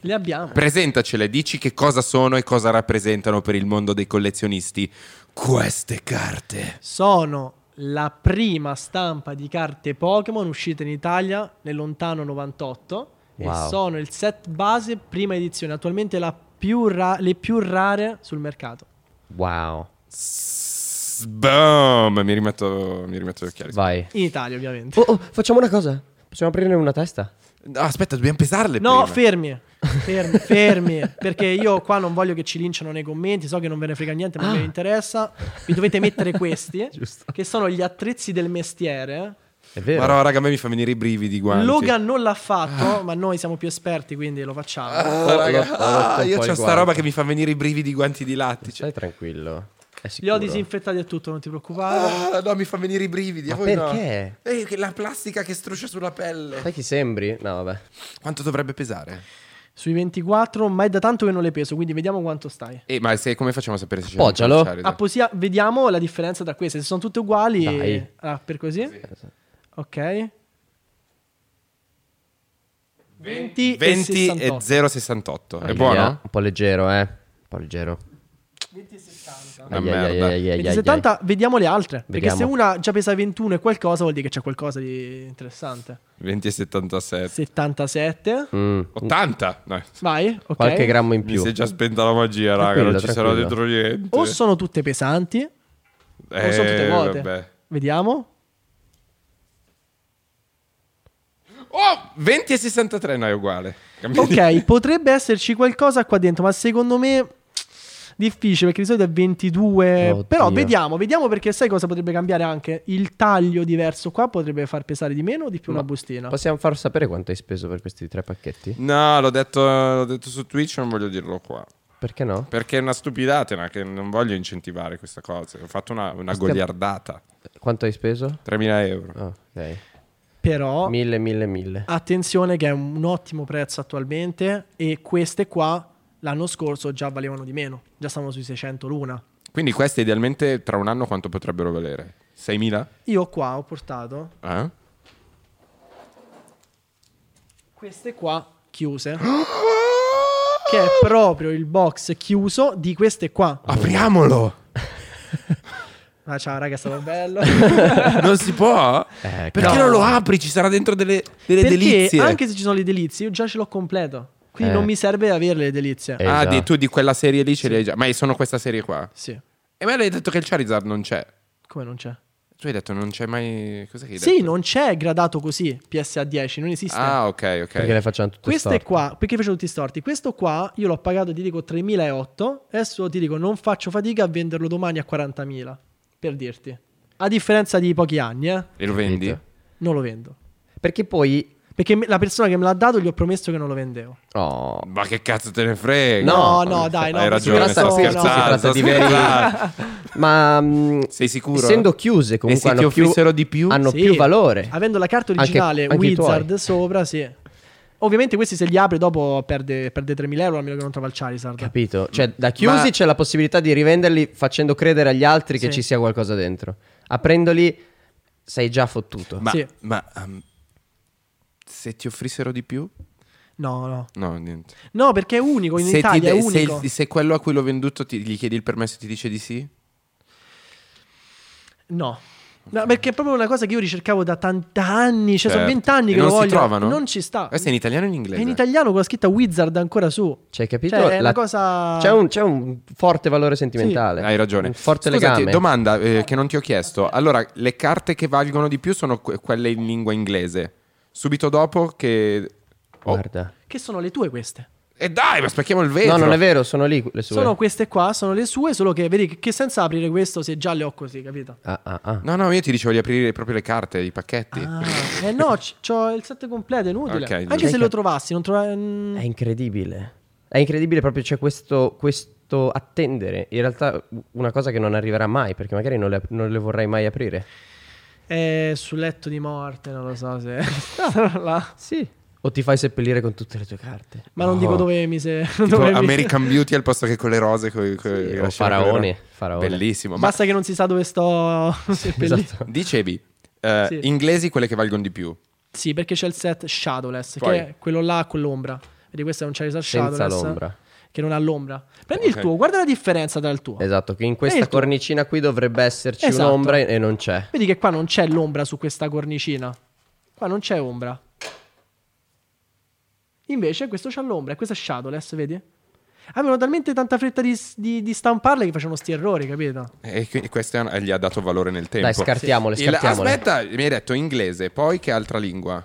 Speaker 3: Li abbiamo.
Speaker 1: Presentacele, dici che cosa sono e cosa rappresentano per il mondo dei collezionisti queste carte.
Speaker 3: Sono la prima stampa di carte Pokémon uscita in Italia nel lontano 98
Speaker 2: Wow.
Speaker 3: e sono il set base prima edizione, attualmente la più ra- le più rare sul mercato.
Speaker 2: Wow.
Speaker 1: S- Boom! Mi rimetto, mi rimetto gli occhiali.
Speaker 2: Vai.
Speaker 3: In Italia, ovviamente.
Speaker 2: Oh, oh, facciamo una cosa. Possiamo aprirne una testa?
Speaker 1: No, aspetta, dobbiamo pesarle.
Speaker 3: No,
Speaker 1: prima.
Speaker 3: fermi. Fermi, fermi, perché io qua non voglio che ci linciano nei commenti, so che non ve ne frega niente,
Speaker 1: Ah.
Speaker 3: ma non mi interessa. Vi dovete mettere questi,
Speaker 2: Giusto.
Speaker 3: che sono gli attrezzi del mestiere.
Speaker 2: È vero.
Speaker 1: Ma no, raga, a me mi fa venire i brividi i guanti.
Speaker 3: Logan non l'ha fatto, ma noi siamo più esperti, quindi lo facciamo.
Speaker 1: Ah, raga,
Speaker 2: Ho rotto- ho rotto
Speaker 1: ah,
Speaker 2: un
Speaker 1: io
Speaker 2: po'
Speaker 1: ho
Speaker 2: il
Speaker 1: sta
Speaker 2: guanto.
Speaker 1: roba che mi fa venire i brividi i guanti di lattice.
Speaker 2: Stai tranquillo. È
Speaker 3: Li Cioè, ho
Speaker 2: sicuro.
Speaker 3: disinfettati e tutto, non ti preoccupare.
Speaker 1: Ah, no, mi fa venire i brividi. a
Speaker 2: Ma
Speaker 1: voi no?
Speaker 2: perché?
Speaker 1: Eh, che la plastica che struscia sulla pelle.
Speaker 2: Sai chi sembri? No, vabbè.
Speaker 1: Quanto dovrebbe pesare?
Speaker 3: Sui 24, ma è da tanto che non le peso, quindi vediamo quanto stai.
Speaker 1: Eh, ma se, come facciamo a sapere se c'è
Speaker 2: Appoggialo.
Speaker 1: un Charizard?
Speaker 3: Apposia- vediamo la differenza tra queste. Se sono tutte uguali,
Speaker 2: Dai.
Speaker 3: ah, per così. Ok. 20,
Speaker 1: 20
Speaker 3: e 68.
Speaker 1: e 068. È
Speaker 2: Ahia,
Speaker 1: buono?
Speaker 2: Un po' leggero, eh. Un po' leggero.
Speaker 3: 20 e 70.
Speaker 1: Una
Speaker 2: Ai, ai,
Speaker 1: merda.
Speaker 2: ai, ai, ai, ai,
Speaker 3: 20 e
Speaker 2: ai.
Speaker 3: 70, vediamo le altre. Perché
Speaker 2: Vediamo.
Speaker 3: se una già pesa 21 e qualcosa, vuol dire che c'è qualcosa di interessante.
Speaker 1: 20 e 77.
Speaker 3: 77.
Speaker 2: Mm.
Speaker 1: 80? No,
Speaker 3: Vai, ok.
Speaker 2: Qualche grammo in
Speaker 1: mi
Speaker 2: più.
Speaker 1: si è già spenta la magia, raga.
Speaker 2: Tranquillo,
Speaker 1: Non ci sarà
Speaker 2: tranquillo.
Speaker 1: dentro niente.
Speaker 3: O sono tutte pesanti, o sono tutte
Speaker 1: Eh,
Speaker 3: vuote.
Speaker 1: vabbè.
Speaker 3: Vediamo.
Speaker 1: Oh, 20 e 63, no, è uguale. Cambia di-
Speaker 3: Ok, potrebbe esserci qualcosa qua dentro, ma secondo me difficile perché di solito è 22.
Speaker 2: Oddio.
Speaker 3: Però vediamo, vediamo perché sai cosa potrebbe cambiare anche? Il taglio diverso qua potrebbe far pesare di meno o di più
Speaker 2: Ma
Speaker 3: una bustina.
Speaker 2: Possiamo far sapere quanto hai speso per questi tre pacchetti?
Speaker 1: No, l'ho detto, l'ho detto su Twitch, non voglio dirlo qua.
Speaker 2: Perché no?
Speaker 1: Perché è una stupidatena che non voglio incentivare questa cosa. Ho fatto una, una
Speaker 2: Stiamo-
Speaker 1: goliardata.
Speaker 2: Quanto hai speso?
Speaker 1: 3.000 euro.
Speaker 2: Ah, ok.
Speaker 3: Però
Speaker 2: Mille, mille, mille.
Speaker 3: Ah, attenzione che è un ottimo prezzo attualmente e queste qua l'anno scorso già valevano di meno, già stavano sui 600 l'una.
Speaker 1: Quindi queste idealmente tra un anno quanto potrebbero valere? 6.000?
Speaker 3: Io qua ho portato
Speaker 1: Eh?
Speaker 3: queste qua chiuse. Che è proprio il box chiuso di queste qua.
Speaker 1: Apriamolo!
Speaker 3: Ah, ciao raga, è stato bello.
Speaker 1: non si può?
Speaker 2: Eh,
Speaker 1: Perché
Speaker 2: cavolo.
Speaker 1: non lo apri? Ci sarà dentro delle, delle
Speaker 3: Perché
Speaker 1: delizie.
Speaker 3: anche se ci sono le delizie, io già ce l'ho completo. Quindi
Speaker 2: Eh.
Speaker 3: non mi serve avere le delizie.
Speaker 2: Eh.
Speaker 1: Ah,
Speaker 2: Esatto.
Speaker 1: di, tu di quella serie lì ce li hai già. Ma sono questa serie qua.
Speaker 3: Sì,
Speaker 1: E me l'hai detto che il Charizard non c'è.
Speaker 3: come non c'è?
Speaker 1: Tu hai detto non c'è mai. Cos'è che hai detto?
Speaker 3: Sì, non c'è gradato così PSA 10, non esiste.
Speaker 1: Ah, ok, ok.
Speaker 2: Perché le facciamo tutte
Speaker 3: Questo
Speaker 2: storte?
Speaker 3: è qua, perché faccio tutti storti? Questo qua io l'ho pagato, ti dico 3.008, adesso ti dico non faccio fatica a venderlo domani a 40.000, per dirti. A differenza di pochi anni, eh,
Speaker 1: E lo vendi?
Speaker 2: Capito.
Speaker 3: non lo vendo.
Speaker 2: Perché poi...
Speaker 3: Perché me- la persona che me l'ha dato gli ho promesso che non lo vendevo.
Speaker 2: Oh.
Speaker 1: Ma che cazzo te ne frega?
Speaker 3: No, no, dai, no,
Speaker 1: Hai
Speaker 3: si
Speaker 1: ragione,
Speaker 3: tratta-
Speaker 1: sto
Speaker 3: si tratta
Speaker 1: scherzando. sto
Speaker 2: di veri-
Speaker 1: scherzando.
Speaker 2: Ma... mm,
Speaker 1: Sei sicuro?
Speaker 2: Essendo chiuse comunque
Speaker 1: E se ti
Speaker 2: hanno, più,
Speaker 1: offrissero di più?
Speaker 2: hanno
Speaker 3: Sì.
Speaker 2: più valore.
Speaker 3: Avendo la carta
Speaker 2: Anche-
Speaker 3: originale
Speaker 2: anche i tuoi.
Speaker 3: Wizard sopra, sì. Ovviamente questi se li apre dopo perde, perde 3.000 euro a meno che non trova il Charizard.
Speaker 2: Capito? Cioè, da chiusi
Speaker 1: Ma-
Speaker 2: c'è la possibilità di rivenderli facendo credere agli altri che
Speaker 3: Sì.
Speaker 2: ci sia qualcosa dentro. Aprendoli sei già fottuto.
Speaker 1: Ma,
Speaker 3: Sì.
Speaker 1: ma, ehm, se ti offrissero di più?
Speaker 3: No, no.
Speaker 1: No, niente.
Speaker 3: No, perché è unico in
Speaker 1: se, ti
Speaker 3: Italia,
Speaker 1: de-
Speaker 3: è
Speaker 1: se-
Speaker 3: unico.
Speaker 1: se, quello a cui l'ho venduto ti- gli chiedi il permesso e ti dice di sì?
Speaker 3: Cioè, No. No, perché è proprio una cosa che io ricercavo da tanti anni, cioè sono
Speaker 1: Certo.
Speaker 3: vent'anni
Speaker 1: E
Speaker 3: che
Speaker 1: non
Speaker 3: lo voglio.
Speaker 1: si trovano?
Speaker 3: Non ci sta.
Speaker 1: Questo è in italiano o in
Speaker 3: È
Speaker 1: inglese?
Speaker 3: in italiano con la scritta Wizard ancora su.
Speaker 2: Cioè, capito?
Speaker 3: Cioè, è una
Speaker 2: La-
Speaker 3: cosa-
Speaker 2: C'è un, c'è un forte valore sentimentale.
Speaker 1: Hai ragione.
Speaker 2: Un forte
Speaker 1: Scusati,
Speaker 2: legame.
Speaker 1: Domanda eh, che non ti ho chiesto. Allora, le carte che valgono di più sono que- quelle in lingua inglese. Subito dopo che... Oh.
Speaker 2: Guarda.
Speaker 3: Che sono le tue queste?
Speaker 1: E dai, ma spacchiamo il vetro.
Speaker 2: No, non è vero, sono lì le sue.
Speaker 3: Eh, Sono queste qua, sono le sue, solo che vedi che- che senza aprire questo se già le ho così, capito?
Speaker 2: Ah, ah, ah.
Speaker 3: Mm.
Speaker 1: No, no, io ti dicevo di aprire proprio le carte, i pacchetti.
Speaker 3: Ah, eh no, c- c'ho il set completo, è inutile.
Speaker 1: Ok, giusto.
Speaker 3: Anche se
Speaker 2: Hai
Speaker 3: lo
Speaker 2: cap-
Speaker 3: trovassi, non trova... mm,
Speaker 2: È incredibile. È incredibile proprio c'è questo, questo attendere. In realtà una cosa che non arriverà mai, perché magari non le, non le vorrai mai aprire.
Speaker 3: È sul letto di morte, non lo so se... là.
Speaker 2: Sì. O ti fai seppellire con tutte le tue carte. Oh.
Speaker 3: Ma non
Speaker 1: No.
Speaker 3: dico dove mise.
Speaker 1: Oh. Tipo
Speaker 3: dove mise-
Speaker 1: American Beauty al posto che con le rose. Con,
Speaker 2: Sì, o Faraone, Faraone.
Speaker 1: Bellissimo. Ma
Speaker 3: Basta che non si sa dove sto. seppellito.
Speaker 2: Esatto.
Speaker 1: dicevi, eh,
Speaker 3: Sì.
Speaker 1: inglesi quelle che valgono di più.
Speaker 3: Sì, perché c'è il set Shadowless,
Speaker 1: Poi.
Speaker 3: che è quello là con l'ombra. Vedi, questo è un Charizard
Speaker 2: Senza
Speaker 3: Shadowless.
Speaker 2: l'ombra.
Speaker 3: Che non ha l'ombra. Prendi
Speaker 1: Ok.
Speaker 3: il tuo, guarda la differenza tra il tuo.
Speaker 2: Esatto, che in
Speaker 3: E
Speaker 2: questa
Speaker 3: il tuo?
Speaker 2: cornicina qui dovrebbe esserci
Speaker 3: Esatto.
Speaker 2: un'ombra e- e non c'è.
Speaker 3: Vedi che qua non c'è l'ombra su questa cornicina. Qua non c'è ombra. Invece questo c'ha l'ombra e questo è Shadowless, vedi? Avevano talmente tanta fretta di, di- di stamparle che facevano sti errori, capito?
Speaker 1: E qui- questo è- gli ha dato valore nel tempo.
Speaker 2: Dai, scartiamole,
Speaker 1: Il-
Speaker 2: scartiamole.
Speaker 1: aspetta, mi hai detto inglese, poi che altra lingua?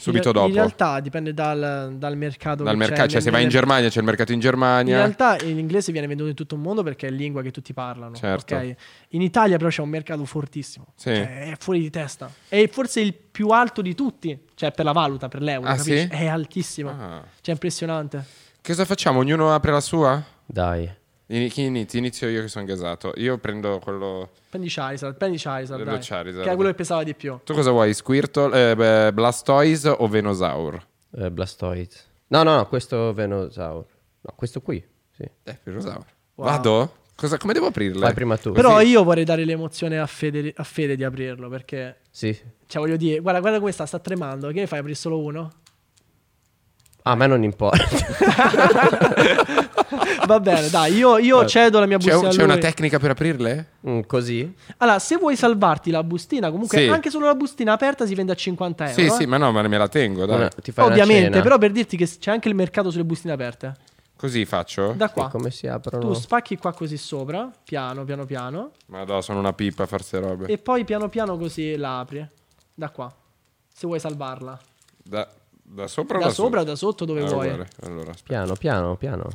Speaker 1: Subito
Speaker 3: in,
Speaker 1: dopo.
Speaker 3: In realtà dipende dal, dal mercato.
Speaker 1: Dal
Speaker 3: che
Speaker 1: mercato,
Speaker 3: c'è,
Speaker 1: cioè se vai in
Speaker 3: nelle-
Speaker 1: Germania c'è il mercato in Germania.
Speaker 3: In realtà l'inglese viene venduto in tutto il mondo perché è lingua che tutti parlano.
Speaker 1: Certo.
Speaker 3: ok? In Italia però c'è un mercato fortissimo.
Speaker 1: Sì.
Speaker 3: Cioè, è fuori di testa. È forse il più alto di tutti. Cioè per la valuta, per l'euro.
Speaker 1: Ah,
Speaker 3: capisci?
Speaker 1: sì?
Speaker 3: È altissimo.
Speaker 1: Ah.
Speaker 3: Cioè è impressionante.
Speaker 1: Cosa facciamo? Ognuno apre la sua?
Speaker 2: Dai.
Speaker 1: In- Chi inizia? Inizio io che sono gasato. Io prendo quello...
Speaker 3: Prendi Charizard, prendi Charizard,
Speaker 1: Dello
Speaker 3: dai,
Speaker 1: Charizard.
Speaker 3: Che è quello che pesava di più.
Speaker 1: Tu cosa vuoi? Squirtle, eh, beh, Blastoise o Venosaur?
Speaker 2: Eh, Blastoise. No, no, no, questo Venosaur. No, questo qui. Sì.
Speaker 1: Eh, Venosaur.
Speaker 3: Wow.
Speaker 1: Vado? Cosa- come devo aprirle?
Speaker 2: Fai prima tu.
Speaker 3: Però io vorrei dare l'emozione a Fede, a Fede di aprirlo perché...
Speaker 2: Sì.
Speaker 3: Cioè voglio dire, guarda, guarda come sta, sta tremando. Che ne fai? Apri solo uno?
Speaker 2: Ah, a me non importa.
Speaker 3: Va bene, dai, io, io cedo la mia
Speaker 1: Eh, C'è,
Speaker 3: bustina.
Speaker 1: un-
Speaker 3: a
Speaker 1: c'è una
Speaker 3: lui.
Speaker 1: tecnica per aprirle?
Speaker 2: Mm, così?
Speaker 3: Allora, se vuoi salvarti la bustina, comunque
Speaker 1: Sì.
Speaker 3: anche solo la bustina aperta si vende a 50 euro.
Speaker 1: sì,
Speaker 3: eh.
Speaker 1: sì, ma no, ma me la tengo, dai.
Speaker 2: Una- ti fai una
Speaker 3: Ovviamente,
Speaker 2: cena.
Speaker 3: però per dirti che c'è anche il mercato sulle bustine aperte.
Speaker 1: Così faccio?
Speaker 3: Da
Speaker 2: E
Speaker 3: qua.
Speaker 2: come si aprono?
Speaker 3: Tu spacchi qua così sopra, piano, piano, piano.
Speaker 1: Ma no, sono una pippa a farse robe.
Speaker 3: E poi piano, piano così la apri. eh. Da qua. Se vuoi salvarla.
Speaker 1: Da, da sopra o
Speaker 3: Da
Speaker 1: da
Speaker 3: sopra o da sotto, dove
Speaker 1: Ah,
Speaker 3: vuoi.
Speaker 1: uguale. Allora, aspetta.
Speaker 2: Piano, piano, piano.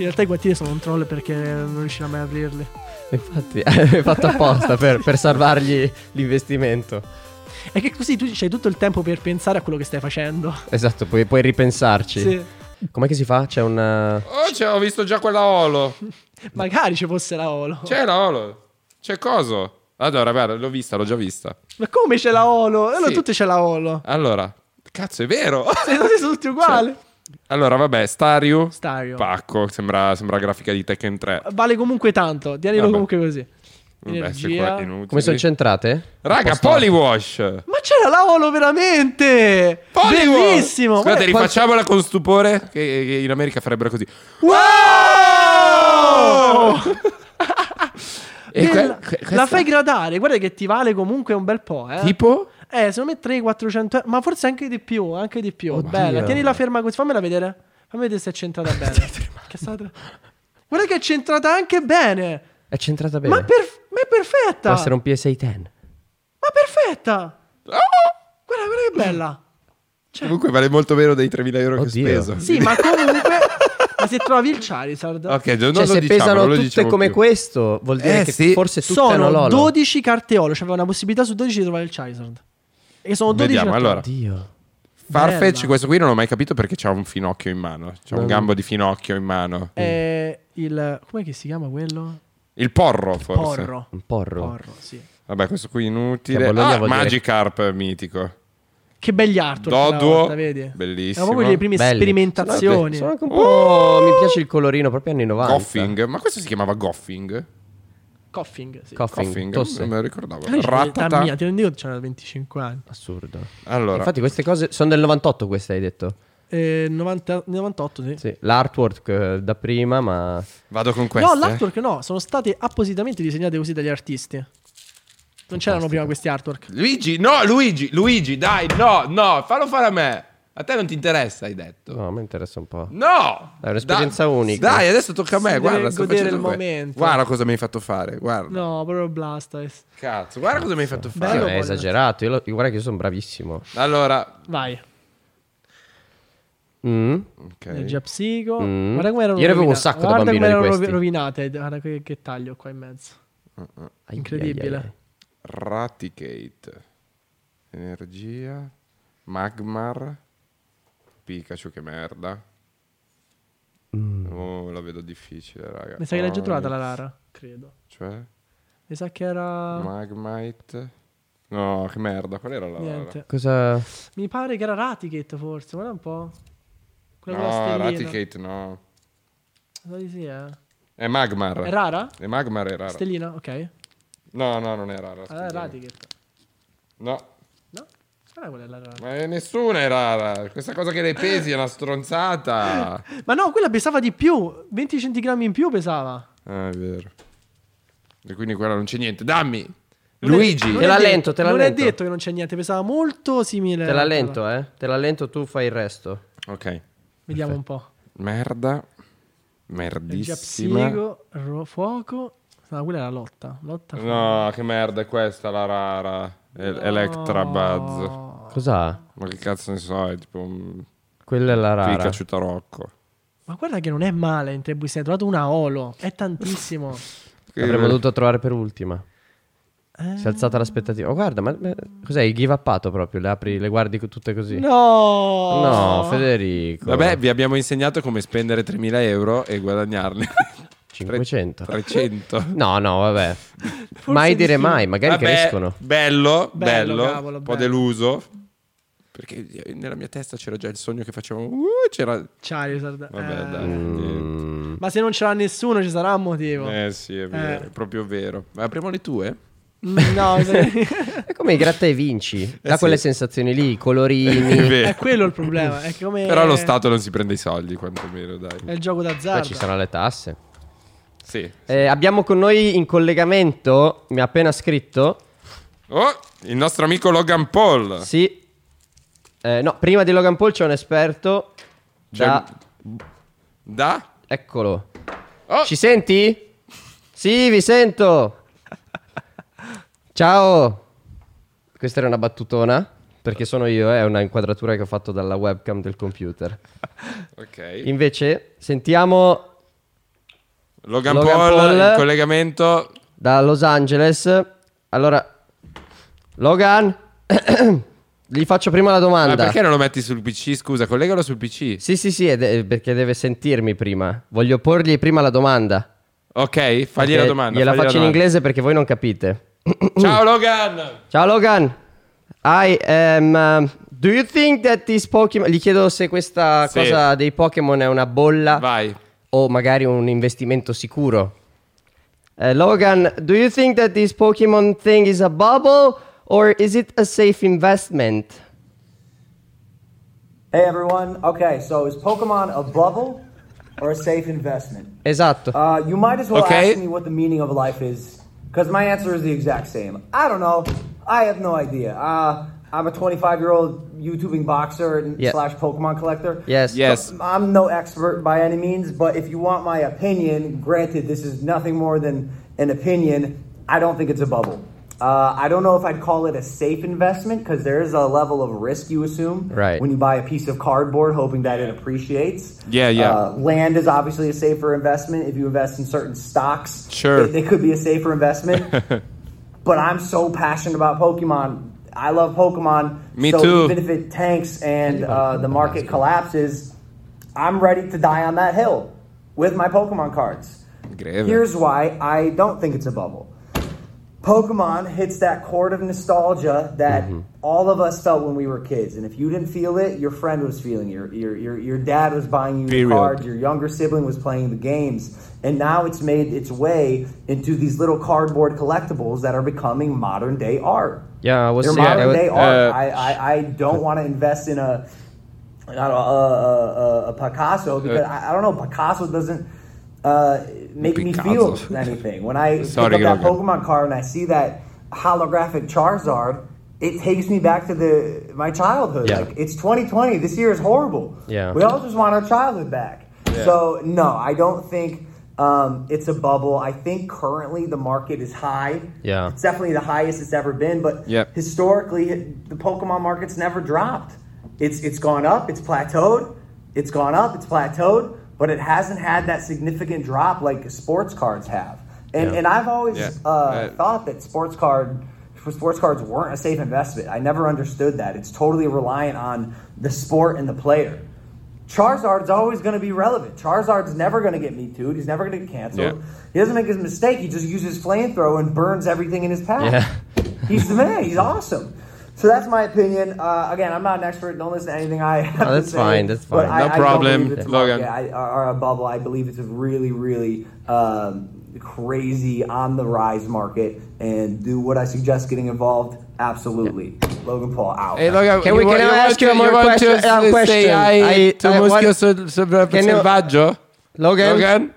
Speaker 3: In realtà i guattini sono un troll perché non riuscirà mai a aprirli.
Speaker 2: Infatti, è fatto apposta per, per salvargli l'investimento.
Speaker 3: È che così tu c'hai tutto il tempo per pensare a quello che stai facendo.
Speaker 2: Esatto, puoi, puoi ripensarci.
Speaker 3: Sì.
Speaker 2: Com'è che si fa? C'è eh, una...
Speaker 1: Oh, c'è- ho visto già quella Olo.
Speaker 3: Magari ci fosse la Olo.
Speaker 1: C'è la Olo. C'è coso? Allora, guarda, l'ho vista, l'ho già vista.
Speaker 3: Ma come c'è la Olo? Allora
Speaker 1: Sì.
Speaker 3: tutte c'è la Olo.
Speaker 1: Allora, cazzo, è vero.
Speaker 3: Sì, no, sì, sono tutti uguali.
Speaker 1: allora, vabbè, Stariu.
Speaker 3: Cioè, Stario.
Speaker 1: Pacco, sembra, sembra grafica di Tekken 3.
Speaker 3: vale comunque tanto. Tienilo
Speaker 1: Vabbè.
Speaker 3: comunque così.
Speaker 1: Vabbè, se
Speaker 3: Energia.
Speaker 1: qua è inutile.
Speaker 2: Come sono centrate?
Speaker 1: Raga,
Speaker 2: Apposta-
Speaker 1: Poliwash.
Speaker 3: Ma c'era la Olo veramente!
Speaker 1: Poliwash.
Speaker 3: Bellissimo!
Speaker 1: Scusate,
Speaker 3: Guarda quanto-
Speaker 1: rifacciamola con stupore. Che, che in America farebbero così.
Speaker 2: Eh.
Speaker 3: Wow!
Speaker 1: E
Speaker 3: Bella-
Speaker 1: que- que-
Speaker 3: La
Speaker 1: questa-
Speaker 3: fai gradare, guarda che ti vale comunque un bel po', eh.
Speaker 1: Tipo?
Speaker 3: Eh, secondo me 300-400 ma forse anche di più, anche di
Speaker 1: Oh,
Speaker 3: più.
Speaker 2: Oddio.
Speaker 3: Bella, tienila ferma così, fammela vedere. Fammi vedere se è centrata bene. Che sta tra- Guarda che è centrata anche bene.
Speaker 2: È centrata bene.
Speaker 3: Ma, per- ma è perfetta.
Speaker 2: Può essere un PSA-10.
Speaker 3: Ma perfetta. Guarda, guarda che bella.
Speaker 1: Ah! Comunque vale molto meno dei 3000 euro
Speaker 2: Cioè. Oddio.
Speaker 1: che ho speso.
Speaker 3: Sì, ma comunque ma se trovi il Charizard
Speaker 1: Ok, non
Speaker 2: Cioè,
Speaker 1: lo
Speaker 2: se
Speaker 1: diciamo,
Speaker 2: pesano
Speaker 1: non lo
Speaker 2: tutte
Speaker 1: diciamo
Speaker 2: come
Speaker 1: più.
Speaker 2: questo, vuol dire
Speaker 1: Eh,
Speaker 2: che
Speaker 1: sì.
Speaker 2: forse tutte hanno
Speaker 3: sono
Speaker 2: l'olo.
Speaker 3: 12 carte olo, cioè aveva una possibilità su 12 di trovare il Charizard. E sono 12
Speaker 1: Vediamo,
Speaker 3: carte
Speaker 1: allora.
Speaker 2: Oddio.
Speaker 1: Farfetch,
Speaker 3: Bella.
Speaker 1: questo qui non l'ho mai capito perché c'ha un finocchio in mano. C'ha un
Speaker 2: Mm.
Speaker 1: gambo di finocchio in mano.
Speaker 2: Eh.
Speaker 3: oro. È Eh, il com'è che si chiama quello?
Speaker 1: Il porro, forse.
Speaker 3: Porro.
Speaker 2: Un porro.
Speaker 3: Porro, sì.
Speaker 1: Vabbè, questo qui
Speaker 2: Che
Speaker 1: inutile.
Speaker 2: a Bologna
Speaker 1: Ah,
Speaker 2: vuol dire-
Speaker 1: Magikarp mitico.
Speaker 3: Che belli artwork quella
Speaker 1: Doduo,
Speaker 3: volta, vedi?
Speaker 1: bellissimo.
Speaker 3: Erano proprio le prime
Speaker 2: Belli.
Speaker 3: sperimentazioni.
Speaker 2: Sono anche un po'...
Speaker 1: Oh!
Speaker 2: Mi piace il colorino, proprio anni 90.
Speaker 1: Goffing. Ma questo si chiamava Goffing?
Speaker 3: Coughing, sì.
Speaker 2: Coughing.
Speaker 1: Goffing,
Speaker 2: Tosse.
Speaker 1: non me lo ricordavo.
Speaker 3: Guarda, età
Speaker 1: Rattata.
Speaker 3: mia, ti rendi conto c'erano 25 anni.
Speaker 2: Assurdo.
Speaker 1: Allora,
Speaker 2: Infatti queste cose sono del 98 queste hai detto.
Speaker 3: Eh, 90 98, sì.
Speaker 2: Sì, l'artwork eh, da prima, ma
Speaker 1: vado con
Speaker 3: No,
Speaker 1: questo.
Speaker 3: l'artwork no, sono state appositamente disegnate così dagli artisti. Non c'erano prima questi artwork.
Speaker 1: Luigi, no, Luigi, Luigi, dai, no, no, fallo fare a me. A te non ti interessa, hai detto.
Speaker 2: no, mi interessa un po'.
Speaker 1: No!
Speaker 2: È un'esperienza unica.
Speaker 1: Dai, adesso tocca a me,
Speaker 3: Si
Speaker 1: guarda,
Speaker 3: deve
Speaker 1: sto
Speaker 3: godere
Speaker 1: facendo
Speaker 3: il
Speaker 1: que-
Speaker 3: momento.
Speaker 1: Guarda cosa mi hai fatto fare, guarda.
Speaker 3: No, proprio Blastoise.
Speaker 1: Cazzo, guarda cosa mi hai fatto
Speaker 2: Sì,
Speaker 1: fare.
Speaker 3: Bello.
Speaker 2: ma è
Speaker 3: voglio.
Speaker 2: esagerato, io lo- guarda che io sono bravissimo.
Speaker 1: Allora,
Speaker 3: Vai.
Speaker 2: Mm?
Speaker 1: ok.
Speaker 3: Energia psico.
Speaker 2: Mm.
Speaker 3: Guarda come erano
Speaker 2: Ieri avevo un
Speaker 3: rovina-
Speaker 2: sacco da
Speaker 3: guarda
Speaker 2: bambino
Speaker 3: come
Speaker 2: di
Speaker 3: erano
Speaker 2: questi.
Speaker 3: rovinate. Guarda che, che taglio qua in mezzo.
Speaker 2: Ai,
Speaker 3: Incredibile.
Speaker 2: ai, ai, ai.
Speaker 1: Raticate. Energia. Magmar. Pikachu che merda. Oh, la vedo difficile, raga.
Speaker 3: Mm. Mi sa che l'hai già
Speaker 1: Onyx,
Speaker 3: trovata la rara. Credo.
Speaker 1: Cioè,
Speaker 3: Mi sa che era.
Speaker 1: Magmite. No, che merda, qual era la
Speaker 3: Niente.
Speaker 2: Cosa...
Speaker 3: Mi pare che era Raticate forse. Guarda un po'.
Speaker 1: rara?
Speaker 3: Quella con la
Speaker 1: No,
Speaker 3: stellina.
Speaker 1: Raticate no.
Speaker 3: Sa di sì, eh.
Speaker 1: È Magmar.
Speaker 3: È rara?
Speaker 1: E Magmar è rara.
Speaker 3: Stellina, ok.
Speaker 1: No, no, non è rara.
Speaker 3: Allora
Speaker 1: scusami.
Speaker 3: è Raticate.
Speaker 1: No,
Speaker 3: No? Sarà quella è la rara.
Speaker 1: ma eh, nessuna è rara. Questa cosa che le pesi è una stronzata.
Speaker 3: Ma no, quella pesava di più. 20 centigrami in più pesava.
Speaker 1: Ah, è vero. E quindi quella non c'è niente. Dammi. Luigi.
Speaker 3: Non
Speaker 2: Te
Speaker 3: è
Speaker 2: la
Speaker 3: de-
Speaker 2: lento, te la
Speaker 3: non
Speaker 2: lento.
Speaker 3: è detto che non c'è niente, pesava molto simile.
Speaker 2: Te
Speaker 3: alla
Speaker 2: la
Speaker 3: tua.
Speaker 2: lento, eh? Te la lento, tu fai il resto.
Speaker 1: Ok.
Speaker 3: Vediamo un po'.
Speaker 1: Merda. Merdissima.
Speaker 3: Giapsigo, ro- fuoco. No, quella è la lotta. Lotta
Speaker 1: No, che merda è questa la rara. E- Electra Buzz.
Speaker 3: Oh.
Speaker 2: Cos'ha?
Speaker 1: Ma che cazzo ne so, è tipo un
Speaker 2: Quella è la rara.
Speaker 1: Pikachu tarocco.
Speaker 3: Ma guarda che non è male in Trebuchet, hai trovato una Olo, è tantissimo.
Speaker 2: Avremmo
Speaker 1: Eh.
Speaker 2: dovuto trovare per ultima.
Speaker 3: Eh.
Speaker 2: Si è alzata l'aspettativa. Oh, guarda, ma ma- cos'è? Il give upato proprio? Le apri, le guardi co- tutte così?
Speaker 3: No!
Speaker 2: No, Federico.
Speaker 1: Vabbè, vi abbiamo insegnato come spendere 3.000 euro e guadagnarne
Speaker 2: 500.
Speaker 1: 300.
Speaker 2: No, no, vabbè. mai
Speaker 3: di
Speaker 2: dire
Speaker 3: sì.
Speaker 2: mai, magari
Speaker 1: Vabbè,
Speaker 2: crescono.
Speaker 1: Bello, bello,
Speaker 3: Bello, cavolo,
Speaker 1: un po'
Speaker 3: bello.
Speaker 1: deluso. Perché nella mia testa c'era già il sogno che facevamo. Uh, c'era.
Speaker 3: Charizard.
Speaker 1: Vabbè,
Speaker 3: eh.
Speaker 1: dai.
Speaker 2: Mm,
Speaker 3: Ma se non ce l'ha nessuno ci sarà un motivo.
Speaker 1: Eh sì, è vero, è proprio vero. Ma apriamo le tue?
Speaker 3: Mm, No, se-
Speaker 2: È come i gratta e vinci. Da
Speaker 1: Eh sì.
Speaker 2: quelle sensazioni lì, i
Speaker 1: È
Speaker 2: colorini.
Speaker 1: vero.
Speaker 3: è quello il problema. È come...
Speaker 1: Però lo Stato non si prende i soldi, quantomeno,
Speaker 3: È
Speaker 1: dai.
Speaker 3: il gioco d'azzardo.
Speaker 2: Poi ci sono le tasse.
Speaker 1: Sì.
Speaker 2: Eh, abbiamo con noi in collegamento, mi ha appena scritto,
Speaker 1: Oh, il nostro amico Logan Paul.
Speaker 2: Sì. Eh, no, prima di Logan Paul c'è un esperto. Da...
Speaker 1: Cioè, Da?
Speaker 2: Eccolo.
Speaker 1: Oh.
Speaker 2: Ci senti? Sì, vi sento. Ciao. Questa era una battutona. Perché sono io, eh, è una inquadratura che ho fatto dalla webcam del computer.
Speaker 1: Ok.
Speaker 2: Invece, sentiamo
Speaker 1: Logan,
Speaker 2: Logan
Speaker 1: Paul,
Speaker 2: Paul.
Speaker 1: in collegamento.
Speaker 2: da Los Angeles. Allora, Logan, gli faccio prima la
Speaker 1: Ma
Speaker 2: domanda.
Speaker 1: perché non lo metti sul PC? Scusa, collegalo sul PC.
Speaker 2: Sì, sì, sì, è de- perché deve sentirmi prima. Voglio porgli prima la domanda.
Speaker 1: Ok, fagli
Speaker 2: Perché
Speaker 1: la domanda.
Speaker 2: Gliela
Speaker 1: fagli
Speaker 2: faccio in
Speaker 1: domanda.
Speaker 2: inglese perché voi non capite.
Speaker 1: Ciao Logan.
Speaker 2: Ciao Logan. Hi, um, um, do you think that this Pokemon... Gli chiedo se questa
Speaker 1: Sì.
Speaker 2: cosa dei Pokémon è una bolla
Speaker 1: Vai.
Speaker 2: o magari un investimento sicuro. Eh, Logan, do you think that this Pokemon thing is a bubble or is it a safe investment?
Speaker 6: Hey everyone. Okay, so is Pokemon a bubble or a safe investment?
Speaker 2: Esatto.
Speaker 1: Ah.
Speaker 6: Uh, you might as well
Speaker 1: Okay.
Speaker 6: ask me what the meaning of life is, because my answer is the exact same. I don't know. I have no idea. Uh, I'm a 25 year old YouTubing boxer and
Speaker 2: Yeah.
Speaker 6: slash Pokemon collector.
Speaker 2: yes.
Speaker 1: Yes.
Speaker 6: I'm no expert by any means, but if you want my opinion, granted, this is nothing more than an opinion. I don't think it's a bubble. Uh, I don't know if I'd call it a safe investment because there is a level of risk you assume
Speaker 2: Right.
Speaker 6: when you buy a piece of cardboard, hoping that it appreciates.
Speaker 1: Yeah, yeah.
Speaker 6: Uh, land is obviously a safer investment if you invest in certain stocks.
Speaker 1: Sure.
Speaker 6: they- they could be a safer investment. but I'm so passionate about Pokemon. I love Pokemon.
Speaker 1: Me
Speaker 6: so
Speaker 1: too.
Speaker 6: Even if it tanks and uh, the market collapses, I'm ready to die on that hill with my Pokemon cards.
Speaker 1: Greve.
Speaker 6: Here's why I don't think it's a bubble. Pokemon hits that chord of nostalgia that
Speaker 1: Mm-hmm.
Speaker 6: all of us felt when we were kids, and if you didn't feel it, your friend was feeling. it. Your your your, your dad was buying you
Speaker 1: Period.
Speaker 6: your card. Your younger sibling was playing the games, and now it's made its way into these little cardboard collectibles that are becoming modern day art.
Speaker 2: Yeah, I was-
Speaker 6: They're
Speaker 2: yeah, I
Speaker 6: modern
Speaker 2: was-
Speaker 6: day art.
Speaker 1: uh,
Speaker 6: I, I I don't want to invest in a I don't know, a, a, a, a
Speaker 2: Uh,
Speaker 6: Picasso because I, I don't know Picasso doesn't uh, make
Speaker 1: Picasso.
Speaker 6: me feel anything. When I
Speaker 1: Sorry,
Speaker 6: pick up that
Speaker 1: Grogu.
Speaker 6: Pokemon card and I see that holographic Charizard, it takes me back to the my childhood.
Speaker 2: Yeah.
Speaker 6: Like it's 2020. This year is horrible.
Speaker 2: Yeah.
Speaker 6: we all just want our childhood back. So no, I don't think. Um, it's a bubble. I think currently the market is high.
Speaker 2: Yeah.
Speaker 6: It's definitely the highest it's ever been, but
Speaker 1: Yep.
Speaker 6: historically the Pokemon market's never dropped. It's it's gone up, it's plateaued, it's gone up, it's plateaued, but it hasn't had that significant drop like sports cards have. And
Speaker 2: Yeah.
Speaker 6: and I've always
Speaker 1: Yeah.
Speaker 6: uh,
Speaker 1: Uh,
Speaker 6: thought that sports card sports cards weren't a safe investment. I never understood that. It's totally reliant on the sport and the player. Charizard's always going to be relevant. Charizard's never going to get me too. He's never going to get canceled.
Speaker 1: Yeah.
Speaker 6: He doesn't make his mistake. He just uses flamethrower and burns everything in his path.
Speaker 2: Yeah.
Speaker 6: He's the man. He's awesome. So that's my opinion. Uh, again, I'm not an expert. Don't listen to anything I. Have to
Speaker 2: Oh, that's
Speaker 6: say,
Speaker 2: fine, that's
Speaker 6: but
Speaker 2: fine.
Speaker 6: I-
Speaker 1: No
Speaker 6: I don't
Speaker 1: problem,
Speaker 6: believe it's a
Speaker 1: Logan.
Speaker 6: market. I, or or a bubble. I believe it's a really, really um, crazy on the rise market. And do what I suggest getting involved. Absolutely, Logan Paul out.
Speaker 1: Hey, Eh, Logan,
Speaker 2: Can we-
Speaker 1: you
Speaker 2: can
Speaker 1: want- you
Speaker 2: I ask
Speaker 1: want
Speaker 2: you
Speaker 1: to-
Speaker 2: more
Speaker 1: you want
Speaker 2: question-
Speaker 1: to
Speaker 2: uh,
Speaker 1: say
Speaker 2: question?
Speaker 1: hi
Speaker 2: I-
Speaker 1: to
Speaker 2: I-
Speaker 1: Muschio
Speaker 2: what-
Speaker 1: sul- sul-
Speaker 2: Can you-
Speaker 1: selvaggio?
Speaker 2: Logan?
Speaker 1: Logan?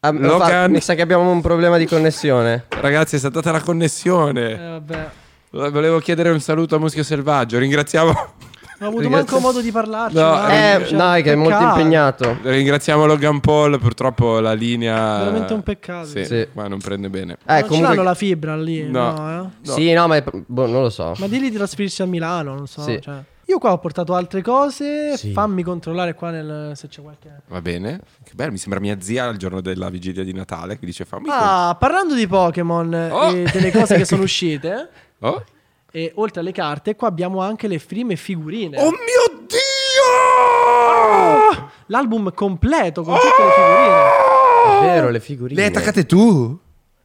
Speaker 2: Ah,
Speaker 1: Logan.
Speaker 2: fa- Mi sa che abbiamo un problema di connessione.
Speaker 1: Ragazzi, è saltata la
Speaker 3: Eh,
Speaker 1: connessione.
Speaker 3: vabbè.
Speaker 1: Volevo chiedere un saluto a Muschio Selvaggio. Ringraziamo,
Speaker 3: Non ho avuto manco modo di parlarci.
Speaker 1: No,
Speaker 3: guarda,
Speaker 2: Eh,
Speaker 3: cioè,
Speaker 2: no, è che è molto
Speaker 3: peccato.
Speaker 2: impegnato.
Speaker 1: ringraziamo Logan Paul. Purtroppo la linea.
Speaker 3: Veramente un peccato.
Speaker 1: Sì,
Speaker 2: Sì.
Speaker 1: ma non prende bene.
Speaker 2: Eh,
Speaker 3: non
Speaker 2: comunque...
Speaker 3: ce l'hanno la fibra lì,
Speaker 1: No.
Speaker 3: no, eh?
Speaker 2: Sì, no, ma è- boh, non lo so.
Speaker 3: Ma di lì di trasferirsi a Milano, non so.
Speaker 2: Sì.
Speaker 3: cioè. Io qua ho portato altre cose.
Speaker 2: Sì.
Speaker 3: Fammi controllare qua nel, se c'è qualche.
Speaker 1: Va bene. Che bello, mi sembra mia zia il giorno della vigilia di Natale che dice fammi.
Speaker 3: Ah, parlando di Pokémon
Speaker 1: Oh!
Speaker 3: e delle cose che sono uscite,
Speaker 1: quel- Oh.
Speaker 3: e oltre alle carte, qua abbiamo anche le prime figurine.
Speaker 1: Oh mio dio!
Speaker 3: L'album completo
Speaker 1: Oh!
Speaker 3: con tutte le figurine.
Speaker 2: È vero, le figurine.
Speaker 1: Le hai attaccate tu?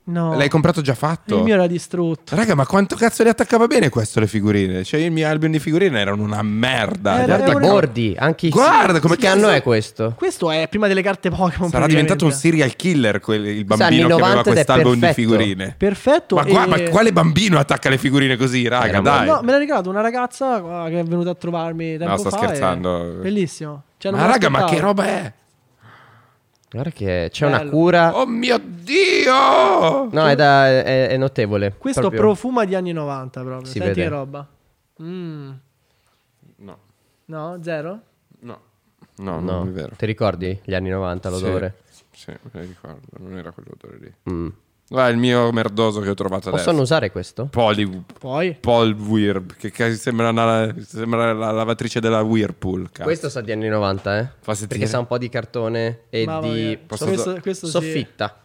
Speaker 3: No,
Speaker 1: L'hai comprato già fatto?
Speaker 3: il mio era distrutto.
Speaker 1: Raga, ma quanto cazzo le attaccava bene questo le figurine? Cioè, i miei album di figurine erano una merda.
Speaker 3: Era-
Speaker 1: Le
Speaker 2: Guarda,
Speaker 3: Eh,
Speaker 1: attaccava-
Speaker 3: guarda-
Speaker 2: bordi, anche i-
Speaker 1: Guarda, come
Speaker 2: Sì, che anno
Speaker 1: cazzo-
Speaker 2: è questo?
Speaker 3: Questo è prima delle carte Pokémon.
Speaker 1: Sarà diventato un
Speaker 3: praticamente.
Speaker 1: serial killer quel- il
Speaker 2: Questo è
Speaker 1: bambino che
Speaker 2: anni
Speaker 1: aveva
Speaker 2: 90 ed è
Speaker 1: quest'album di
Speaker 2: perfetto.
Speaker 1: figurine.
Speaker 3: Perfetto.
Speaker 1: Ma, qua-
Speaker 3: e-
Speaker 1: ma quale bambino attacca le figurine così, raga?
Speaker 2: Era
Speaker 1: Dai.
Speaker 3: No, me l'ha regalato una ragazza qua che è venuta a trovarmi tempo
Speaker 1: Ah, ecco. No, sto
Speaker 3: fa
Speaker 1: scherzando.
Speaker 3: e- Bellissimo. Cioè, non
Speaker 1: ma
Speaker 3: me
Speaker 1: raga, ma che
Speaker 3: l'aspettavo.
Speaker 1: roba è?
Speaker 2: Guarda che c'è una
Speaker 3: Bello.
Speaker 2: cura.
Speaker 1: Oh mio dio!
Speaker 2: Ah. No, è, da- è- è notevole.
Speaker 3: Questo
Speaker 2: proprio.
Speaker 3: profuma di anni 90 proprio.
Speaker 2: Si
Speaker 3: Senti
Speaker 2: vede.
Speaker 3: che roba. Mm.
Speaker 1: No,
Speaker 3: No, zero?
Speaker 1: no, no, non è
Speaker 2: No,
Speaker 1: vero.
Speaker 2: ti ricordi gli anni 90 l'odore?
Speaker 1: Sì, sì, me ne ricordo. Non era quell'odore lì.
Speaker 2: Mm.
Speaker 1: Guarda il mio merdoso che ho trovato adesso.
Speaker 2: Possono usare questo?
Speaker 1: Poli-
Speaker 3: Poi
Speaker 1: Polwirb, che ca- sembra, una- sembra la lavatrice della Whirlpool. cazzo.
Speaker 2: Questo sa di anni 90, eh?
Speaker 1: Fa sentire.
Speaker 2: Perché sa un po' di cartone e
Speaker 3: Mamma
Speaker 2: di
Speaker 3: mia.
Speaker 1: Posso-
Speaker 3: questo, questo sì.
Speaker 2: soffitta.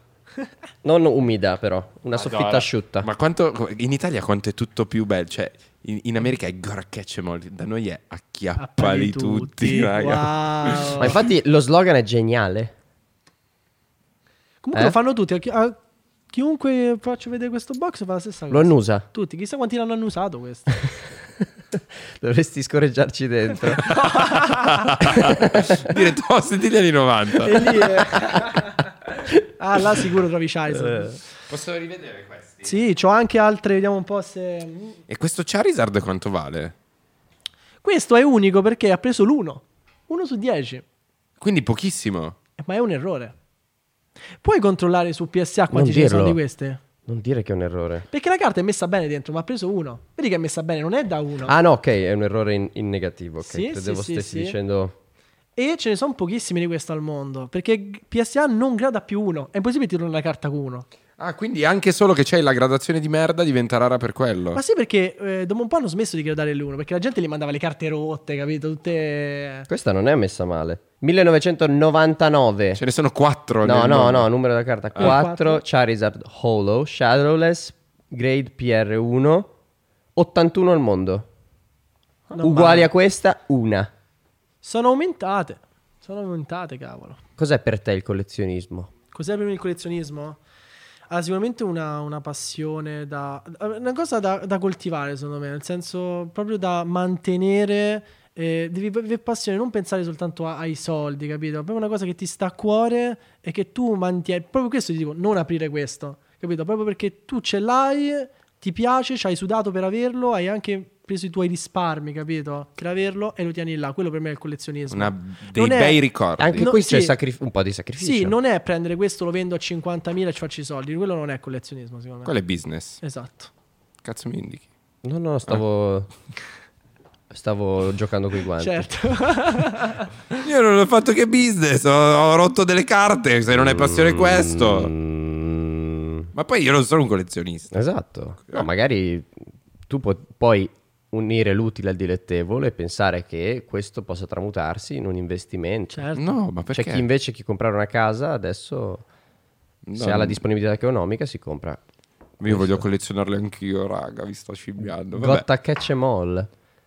Speaker 2: Non umida, però.
Speaker 1: Madonna.
Speaker 2: Una soffitta asciutta.
Speaker 1: Ma quanto in Italia quanto è tutto più bello? Cioè, in, in America è Gorcatchemoli, da noi è acchiappali
Speaker 3: Appali
Speaker 1: tutti, raga.
Speaker 2: Ma
Speaker 3: Wow.
Speaker 2: infatti lo slogan è geniale.
Speaker 3: Comunque
Speaker 2: Eh?
Speaker 3: lo fanno tutti. a chi- a chiunque faccio vedere questo box fa la stessa
Speaker 2: Lo
Speaker 3: cosa.
Speaker 2: annusa.
Speaker 3: Tutti, chissà quanti l'hanno annusato questo.
Speaker 2: Dovresti scorreggiarci dentro.
Speaker 1: Dire, oh, sentite anni 90.
Speaker 3: e lì eh. ah, là sicuro trovi
Speaker 2: Eh.
Speaker 3: Charizard.
Speaker 1: Posso rivedere questi?
Speaker 3: Sì, c'ho anche altre, vediamo un po' se
Speaker 1: E questo Charizard quanto vale?
Speaker 3: Questo è unico perché ha preso l'uno. Uno su 10.
Speaker 1: Quindi pochissimo.
Speaker 3: Ma è un errore. Puoi controllare su PSA quanti
Speaker 2: Non
Speaker 3: ce ne sono
Speaker 2: dirlo.
Speaker 3: di queste?
Speaker 2: non dire che è un errore.
Speaker 3: Perché la carta è messa bene dentro, ma ha preso uno. Vedi che è messa bene, non è da uno.
Speaker 2: Ah no, ok, è un errore in, in negativo. ok.
Speaker 3: Sì, sì,
Speaker 2: Credevo
Speaker 3: sì,
Speaker 2: stessi
Speaker 3: sì.
Speaker 2: dicendo...
Speaker 3: E ce ne sono pochissimi di questo al mondo. Perché g- PSA non grada più uno. È impossibile tirare una carta con uno.
Speaker 1: Ah, quindi anche solo che c'hai la gradazione di merda diventa rara per quello.
Speaker 3: Ma sì, perché eh, dopo un po' hanno smesso di gradare l'uno. Perché la gente gli mandava le carte rotte, capito? Tutte.
Speaker 2: Questa non è messa male. 1999.
Speaker 1: Ce ne sono quattro.
Speaker 2: No,
Speaker 1: nel
Speaker 2: no,
Speaker 1: mondo.
Speaker 2: no, numero della
Speaker 3: Ah.
Speaker 2: carta 4, Charizard Hollow, Shadowless, Grade PR1, 81 al mondo.
Speaker 3: Ah, Non
Speaker 2: Uguali
Speaker 3: male.
Speaker 2: a questa, una.
Speaker 3: Sono aumentate. Sono aumentate, cavolo.
Speaker 2: Cos'è per te il collezionismo?
Speaker 3: Cos'è per me il collezionismo? Ah, sicuramente una, una passione da... Una cosa da, da coltivare, secondo me, nel senso proprio da mantenere... eh, devi avere passione, non pensare soltanto a- ai soldi, capito? Proprio una cosa che ti sta a cuore e che tu mantieni. Proprio questo ti dico, non aprire questo, capito? Proprio perché tu ce l'hai, ti piace, ci hai sudato per averlo, hai anche preso i tuoi risparmi, capito? Per averlo e lo tieni là. Quello per me è il collezionismo.
Speaker 1: Una- dei
Speaker 3: Non è-
Speaker 1: bei ricordi.
Speaker 2: Anche
Speaker 3: No,
Speaker 2: qui c'è
Speaker 3: sì.
Speaker 2: sacri- un po' di sacrificio.
Speaker 3: Sì, non è prendere questo, lo vendo a 50.000 e ci faccio i soldi. Quello non è collezionismo, secondo me.
Speaker 1: Quello è business.
Speaker 3: Esatto.
Speaker 1: Cazzo mi indichi.
Speaker 2: No, no, stavo... Stavo giocando con i guanti.
Speaker 3: Ah. Certo.
Speaker 1: Io non ho fatto che business, ho, ho rotto delle carte, se non è passione questo.
Speaker 2: Mm,
Speaker 1: Ma poi io non sono un collezionista.
Speaker 2: esatto. No, magari tu pu- puoi unire l'utile al dilettevole e pensare che questo possa tramutarsi in un investimento.
Speaker 3: certo.
Speaker 1: No, ma perché?
Speaker 2: C'è chi invece che comprare una casa adesso
Speaker 1: No,
Speaker 2: se ha la
Speaker 1: no.
Speaker 2: disponibilità economica si compra
Speaker 1: Io voglio collezionarle anch'io, raga, vi sto scimmiando. Vabbè.
Speaker 2: Gotta Catch Em All.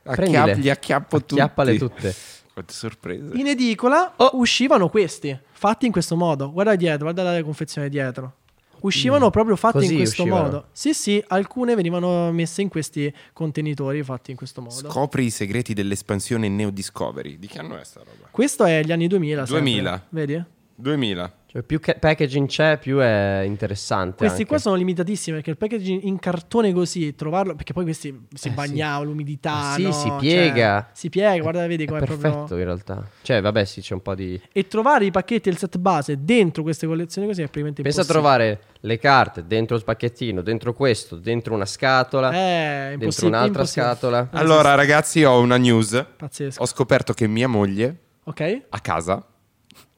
Speaker 1: Acchia-
Speaker 2: Prendile.
Speaker 1: li acchiappo tutti.
Speaker 2: Acchiappale tutte.
Speaker 1: Questa Quante sorprese.
Speaker 3: In edicola
Speaker 2: Oh.
Speaker 3: uscivano questi, fatti in questo modo. Guarda dietro, guarda la confezione dietro. Uscivano proprio fatti
Speaker 2: Mm. Così
Speaker 3: in questo
Speaker 2: uscivano?
Speaker 3: modo. Sì, sì, alcune venivano messe in questi contenitori fatti in questo modo.
Speaker 1: Scopri i segreti dell'espansione Neo Discovery. Di che anno è sta roba?
Speaker 3: questo è gli anni 2000. sempre.
Speaker 1: 2000.
Speaker 3: Vedi?
Speaker 1: 2000.
Speaker 2: Cioè, più che packaging c'è, più è interessante.
Speaker 3: Questi
Speaker 2: anche.
Speaker 3: qua sono limitatissimi perché il packaging in cartone così, trovarlo, perché poi questi si bagnava l'umidità.
Speaker 2: Eh sì,
Speaker 3: no?
Speaker 2: si piega. Eh,
Speaker 3: Cioè, si piega, guarda, vedi
Speaker 2: È
Speaker 3: com'è
Speaker 2: perfetto
Speaker 3: proprio...
Speaker 2: in realtà. Cioè, vabbè, sì, c'è un po' di.
Speaker 3: E trovare i pacchetti e il set base dentro queste collezioni così è praticamente
Speaker 2: Pensa a
Speaker 3: impossibile.
Speaker 2: trovare le carte dentro il pacchettino, dentro questo, dentro una scatola,
Speaker 3: Eh,
Speaker 2: dentro
Speaker 3: impossibile,
Speaker 2: un'altra
Speaker 3: impossibile.
Speaker 2: scatola.
Speaker 3: Ah,
Speaker 1: Allora, ragazzi, ho una news.
Speaker 3: Pazzesco.
Speaker 1: Ho scoperto che mia moglie
Speaker 3: Ok?
Speaker 1: a casa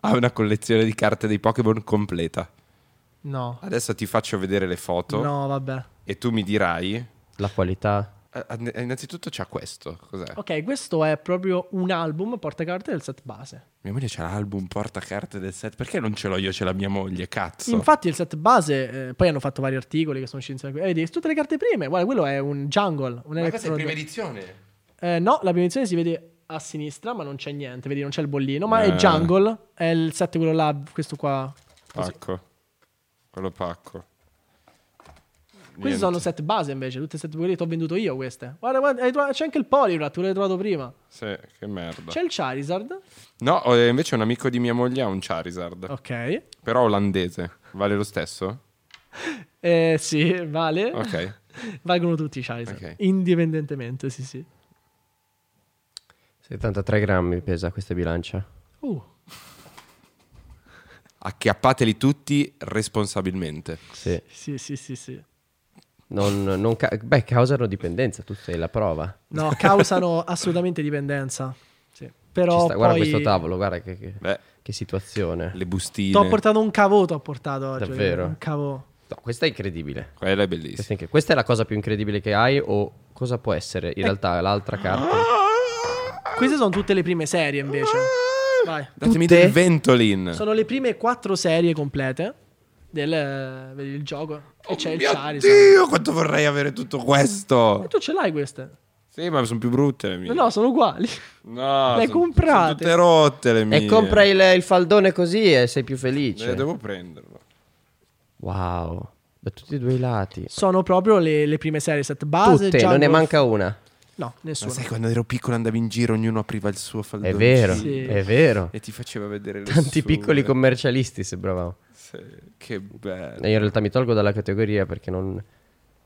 Speaker 1: ha una collezione di carte dei Pokémon completa.
Speaker 3: No.
Speaker 1: Adesso ti faccio vedere le foto
Speaker 3: No, vabbè.
Speaker 1: e tu mi dirai.
Speaker 2: La qualità.
Speaker 1: Eh, eh, Innanzitutto c'ha questo. Cos'è?
Speaker 3: Ok, questo è proprio un album portacarte del set base.
Speaker 1: Mia moglie c'ha l'album portacarte del set. Perché non ce l'ho io? Ce l'ha mia moglie. Cazzo.
Speaker 3: Infatti il set base, eh, poi hanno fatto vari articoli che sono scienze. Eh, vedi, tutte le carte prime. Guarda, quello è un jungle, un
Speaker 1: Ma questa è
Speaker 3: electrode.
Speaker 1: prima edizione.
Speaker 3: Eh, no, la prima edizione si vede a sinistra, ma non c'è niente, vedi, non c'è il bollino, ma
Speaker 1: Eh.
Speaker 3: è jungle, è il set quello là, questo qua.
Speaker 1: Pacco. Quello pacco.
Speaker 3: Questi sono set base invece, tutte set quelle che ti ho venduto io queste. Guarda, guarda, hai trovato- c'è anche il Poliwrath, tu l'hai trovato prima.
Speaker 1: Sì, che merda.
Speaker 3: C'è il Charizard.
Speaker 1: No, ho- eh, invece un amico di mia moglie ha un Charizard.
Speaker 3: Ok.
Speaker 1: Però olandese. Vale lo stesso?
Speaker 3: Eh, sì, vale.
Speaker 1: Ok.
Speaker 3: Valgono tutti i Charizard,
Speaker 1: Ok.
Speaker 3: indipendentemente, sì, sì.
Speaker 2: 73 grammi pesa questa bilancia.
Speaker 3: Uh,
Speaker 1: Acchiappateli tutti responsabilmente.
Speaker 2: Sì.
Speaker 3: sì, sì, sì, sì.
Speaker 2: Non, non ca- beh, causano dipendenza, tu sei la prova.
Speaker 3: No, causano assolutamente dipendenza. Sì.
Speaker 2: Ci
Speaker 3: Però
Speaker 2: sta- Guarda
Speaker 3: poi...
Speaker 2: questo tavolo, guarda che, che-
Speaker 1: Beh,
Speaker 2: che situazione.
Speaker 1: le bustine.
Speaker 3: T'ho portato un cavò, t'ho portato oggi.
Speaker 2: Davvero?
Speaker 3: Un cavò.
Speaker 2: No, questa è incredibile.
Speaker 1: Quella è bellissima.
Speaker 2: Questa è, incre- questa è la cosa più incredibile che hai o cosa può essere in realtà l'altra
Speaker 1: Ah,
Speaker 2: carta?
Speaker 3: Queste sono tutte le prime serie invece. Vai.
Speaker 1: Datemi
Speaker 2: Tutte?
Speaker 1: del Ventolin.
Speaker 3: Sono le prime quattro serie complete del eh, vedi il gioco. E c'è il
Speaker 1: Oh Mio
Speaker 3: Charizard.
Speaker 1: Dio, quanto vorrei avere tutto questo.
Speaker 3: Ma tu ce l'hai queste?
Speaker 1: Sì, ma sono più brutte le mie.
Speaker 3: No, no, sono uguali.
Speaker 1: No,
Speaker 3: Le
Speaker 1: son-
Speaker 3: comprate.
Speaker 1: son tutte rotte le mie.
Speaker 2: E compra il, il faldone così e sei più
Speaker 1: Me
Speaker 2: felice.
Speaker 1: le devo prenderlo.
Speaker 2: Wow, da tutti e due i lati.
Speaker 3: Sono proprio le, le prime serie set base.
Speaker 2: Tutte,
Speaker 3: Jungle-
Speaker 2: non ne manca una.
Speaker 3: No,
Speaker 1: Ma
Speaker 3: nessuna.
Speaker 1: sai quando ero piccolo andavi in giro, ognuno apriva il suo faldone.
Speaker 2: È vero,
Speaker 3: Sì.
Speaker 2: è vero.
Speaker 1: E ti faceva vedere le sue.
Speaker 2: Tanti piccoli commercialisti sembravamo.
Speaker 1: Sì, che bello.
Speaker 2: E io in realtà mi tolgo dalla categoria perché non...
Speaker 3: Eh,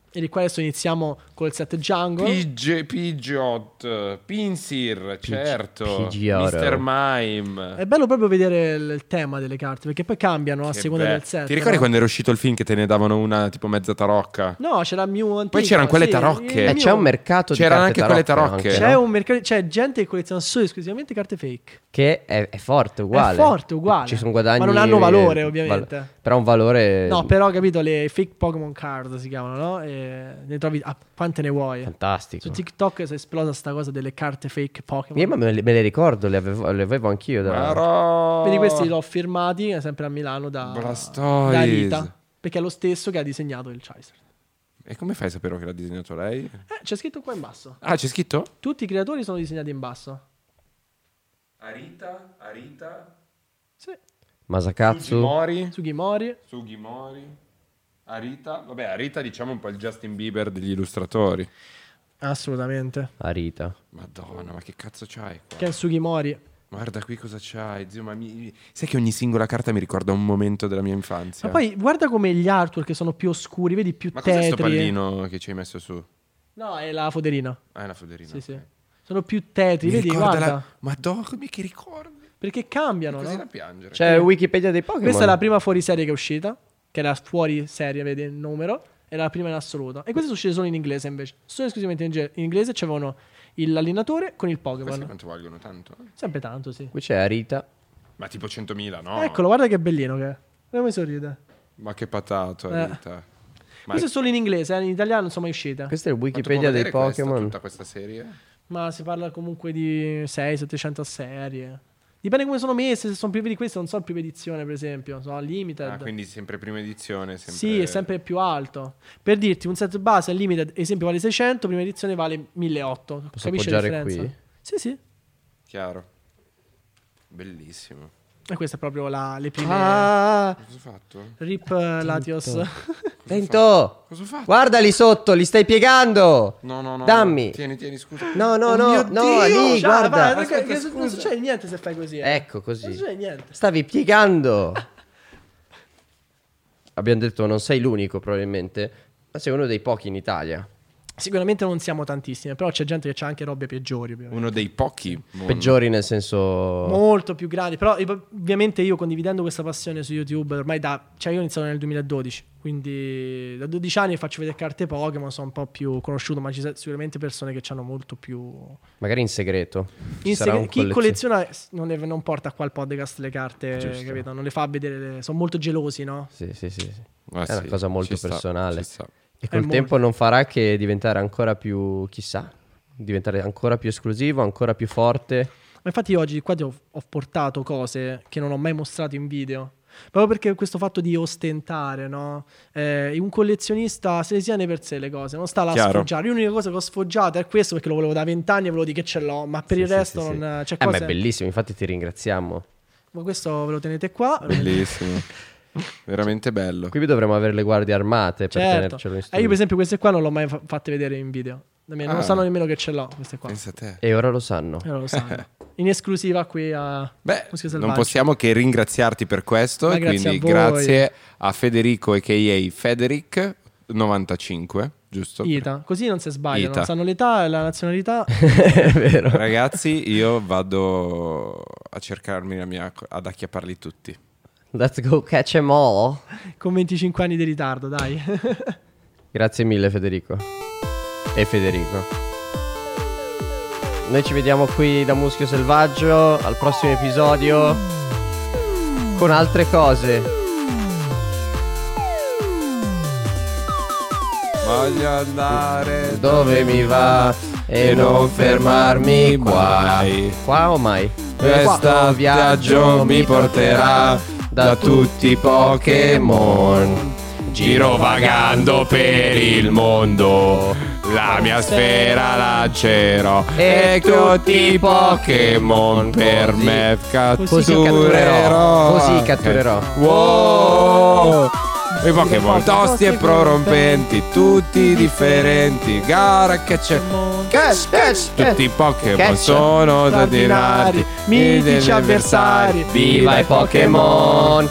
Speaker 3: E di qua adesso iniziamo col set jungle.
Speaker 1: PG, Pidgeot, Pinsir, certo.
Speaker 2: Pidgeotto.
Speaker 1: Mr. Mime.
Speaker 3: È bello proprio vedere il il tema delle carte perché poi cambiano a
Speaker 1: Che
Speaker 3: seconda
Speaker 1: be-
Speaker 3: del set.
Speaker 1: Ti ricordi
Speaker 3: no?
Speaker 1: quando era uscito il film che te ne davano una tipo mezza tarocca?
Speaker 3: No, c'era Mew antica,
Speaker 1: Poi c'erano quelle
Speaker 3: sì,
Speaker 1: tarocche.
Speaker 3: il
Speaker 2: Eh,
Speaker 1: Mio-
Speaker 3: Mew.
Speaker 2: c'è un mercato di
Speaker 1: C'erano
Speaker 2: carte
Speaker 1: anche quelle
Speaker 2: tarocche
Speaker 1: tarocche.
Speaker 2: anche,
Speaker 3: C'è
Speaker 2: no?
Speaker 3: un mercato, c'è gente che colleziona solo e esclusivamente carte fake.
Speaker 2: Che è, è forte, uguale.
Speaker 3: È forte, uguale.
Speaker 2: Ci sono guadagni...
Speaker 3: Ma non hanno valore,
Speaker 2: eh,
Speaker 3: ovviamente.
Speaker 2: val- però un valore
Speaker 3: No, però ho capito, le fake Pokémon card si chiamano, no? E ne trovi ah, quante ne vuoi.
Speaker 2: fantastico.
Speaker 3: Su TikTok si è esplosa sta cosa delle carte fake Pokémon.
Speaker 2: Io ma me le, me le ricordo, le avevo, le avevo anch'io. Da...
Speaker 1: Marò.
Speaker 3: Vedi, questi li ho firmati eh, sempre a Milano da,
Speaker 1: Blastoise.
Speaker 3: da Vita. Perché è lo stesso che ha disegnato il Charizard.
Speaker 1: E come fai a sapere che l'ha disegnato lei?
Speaker 3: Eh, c'è scritto qua in basso.
Speaker 1: Ah, c'è scritto?
Speaker 3: Tutti i creatori sono disegnati in basso.
Speaker 1: Arita, Arita,
Speaker 3: Sì.
Speaker 2: Masakatsu.
Speaker 1: Mori,
Speaker 3: Sugimori.
Speaker 1: Sugimori, Arita. Vabbè, Arita diciamo un po' il Justin Bieber degli illustratori.
Speaker 3: Assolutamente.
Speaker 2: Arita.
Speaker 1: Madonna, ma che cazzo c'hai? qua?
Speaker 3: Che è il Sugimori.
Speaker 1: Guarda qui cosa c'hai, zio, ma mi- sai che ogni singola carta mi ricorda un momento della mia infanzia.
Speaker 3: Ma poi guarda come gli artwork che sono più oscuri, vedi più
Speaker 1: Ma cos'è
Speaker 3: tetri.
Speaker 1: sto pallino che ci hai messo su?
Speaker 3: No, è la foderina.
Speaker 1: Ah, è una foderina.
Speaker 3: Sì,
Speaker 1: ok.
Speaker 3: sì. Sono più tetri,
Speaker 1: Mi
Speaker 3: vedi,
Speaker 1: ricorda
Speaker 3: guarda.
Speaker 1: la... Ma dormi che ricordi?
Speaker 3: Perché cambiano,
Speaker 1: Così
Speaker 3: no?
Speaker 1: da piangere.
Speaker 2: C'è Wikipedia dei Pokémon.
Speaker 3: Questa è la prima fuori serie che è uscita, che era fuori serie, vedi il numero, era la prima in assoluto. E queste sono uscite solo in inglese invece. Solo e esclusivamente in, inge- in inglese c'erano il- l'allenatore con il
Speaker 1: Questi
Speaker 3: Pokémon.
Speaker 1: quanto valgono tanto? eh?
Speaker 3: Sempre tanto, sì.
Speaker 2: Qui c'è Arita.
Speaker 1: Ma tipo 100.000, no?
Speaker 3: Eccolo, guarda che bellino che è. Come sorride.
Speaker 1: Ma che patato,
Speaker 2: Eh.
Speaker 1: Arita. Ma
Speaker 3: Questo è solo in inglese, eh, in italiano non sono mai uscite.
Speaker 2: Questa è il
Speaker 1: quanto
Speaker 2: Wikipedia
Speaker 1: può
Speaker 2: dei
Speaker 1: valere questa,
Speaker 2: Pokémon.
Speaker 1: tutta questa serie? Ah,
Speaker 3: Ma si parla comunque di 600-700 serie. Dipende come sono messe, se sono prime di queste, non so prime edizione per esempio, sono limited.
Speaker 2: Certo.
Speaker 1: Ah, quindi sempre prima edizione, sempre...
Speaker 3: Sì, è sempre più alto. Per dirti, un set base al limited, esempio, vale 600, prima edizione vale 1800. Capisci la
Speaker 2: appoggiare
Speaker 3: differenza?
Speaker 2: qui?
Speaker 3: Sì, sì.
Speaker 1: Chiaro. Bellissimo.
Speaker 3: E questa è proprio la, le prime.
Speaker 2: Ah,
Speaker 1: Cosa ho fatto?
Speaker 3: Rip eh, Latios.
Speaker 2: Tento,
Speaker 1: Cosa ho fatto?
Speaker 2: guarda lì sotto, li stai piegando.
Speaker 1: No, no, no.
Speaker 2: Dammi.
Speaker 1: Tieni, tieni, scusa.
Speaker 2: No, no,
Speaker 1: Oh
Speaker 2: no,
Speaker 1: mio
Speaker 2: no,
Speaker 1: Dio,
Speaker 2: lì,
Speaker 3: Ciao,
Speaker 2: guarda.
Speaker 3: vai,
Speaker 1: Aspetta,
Speaker 3: che- che- non
Speaker 1: scusa.
Speaker 3: succede niente se fai così. eh.
Speaker 2: Ecco
Speaker 3: Non
Speaker 2: così.
Speaker 3: succede niente.
Speaker 2: Stavi piegando. Abbiamo detto non sei l'unico probabilmente, ma sei uno dei pochi in Italia.
Speaker 3: Sicuramente non siamo tantissime, però c'è gente che ha anche robe peggiori. ovviamente.
Speaker 1: Uno dei pochi.
Speaker 3: Mm.
Speaker 1: mon-
Speaker 2: Peggiori nel senso...
Speaker 3: Molto più grandi, però eh, ovviamente io condividendo questa passione su YouTube ormai da. cioè io ho iniziato nel 2012, quindi da 12 anni faccio vedere carte Pokémon, sono un po' più conosciuto, ma ci sono sicuramente persone che hanno molto più.
Speaker 2: Magari in segreto. Ci
Speaker 3: In
Speaker 2: sarà
Speaker 3: segre-
Speaker 2: un
Speaker 3: chi
Speaker 2: collezio-
Speaker 3: colleziona s- non, le- non porta qua al podcast le carte,
Speaker 2: Giusto.
Speaker 3: capito? Non le fa vedere, le- sono molto gelosi, no?
Speaker 2: Sì, sì, sì. sì.
Speaker 1: Ah,
Speaker 2: È una
Speaker 1: sì,
Speaker 2: cosa molto
Speaker 1: ci sta,
Speaker 2: personale.
Speaker 1: ci sta.
Speaker 2: E col
Speaker 3: molto.
Speaker 2: tempo non farà che diventare ancora più, chissà, diventare ancora più esclusivo, ancora più forte.
Speaker 3: Ma infatti io oggi qua ti ho, ho portato cose che non ho mai mostrato in video. Proprio perché questo fatto di ostentare, no? Eh, un collezionista se le tiene per sé le cose, non sta là a
Speaker 1: Chiaro.
Speaker 3: sfoggiare. Io l'unica cosa che ho sfoggiato è questo perché lo volevo da vent'anni e volevo dire che ce l'ho, ma per
Speaker 2: Sì,
Speaker 3: il
Speaker 2: sì,
Speaker 3: resto
Speaker 2: sì, sì.
Speaker 3: non c'è
Speaker 2: Eh, ma
Speaker 3: cose.
Speaker 2: è bellissimo, infatti ti ringraziamo.
Speaker 3: ma questo ve lo tenete qua.
Speaker 2: certo,
Speaker 1: Bellissimo. Veramente bello.
Speaker 2: Qui dovremmo avere le guardie armate per
Speaker 3: Certo.
Speaker 2: tenercelo in
Speaker 3: Eh, io
Speaker 2: studio.
Speaker 3: per esempio queste qua non le ho mai fa- fatte vedere in video. Da me Non
Speaker 1: Ah.
Speaker 3: sanno nemmeno che ce l'ho queste qua.
Speaker 1: Pensa a te.
Speaker 2: E ora lo sanno.
Speaker 3: Eh, lo sanno. In esclusiva qui a
Speaker 1: Beh,
Speaker 3: Muschio
Speaker 1: non
Speaker 3: Selvaggio.
Speaker 1: possiamo che ringraziarti per questo.
Speaker 3: Ma
Speaker 1: e
Speaker 3: grazie
Speaker 1: quindi
Speaker 3: a voi.
Speaker 1: grazie a Federico a.k.a. Federic95, giusto?
Speaker 3: Ita, così non si sbagliano,
Speaker 1: Ita.
Speaker 3: sanno l'età e la nazionalità.
Speaker 2: È vero.
Speaker 1: Ragazzi, io vado a cercarmi la mia... ad acchiapparli tutti.
Speaker 2: Let's go catch em all.
Speaker 3: con 25 anni di ritardo, dai.
Speaker 2: Grazie mille Federico. E Federico. Noi ci vediamo qui da Muschio Selvaggio al prossimo episodio con altre cose.
Speaker 1: Voglio andare
Speaker 2: Dove mi va e non fermarmi qua. Qua o mai?
Speaker 1: Questo viaggio mi porterà da tutti i Pokémon. Giro vagando per il mondo, la mia sfera lancerò e tutti i Pokémon per me
Speaker 2: Così catturerò.
Speaker 1: catturerò.
Speaker 2: Così catturerò.
Speaker 1: Wow! I Pokémon tosti e prorompenti, tutti differenti, gara che c'è.
Speaker 3: Eh,
Speaker 1: Catch, catch! Tutti i Pokémon
Speaker 2: Catch.
Speaker 1: sono da tirarti,
Speaker 3: mitici avversari.
Speaker 2: Viva i Pokémon!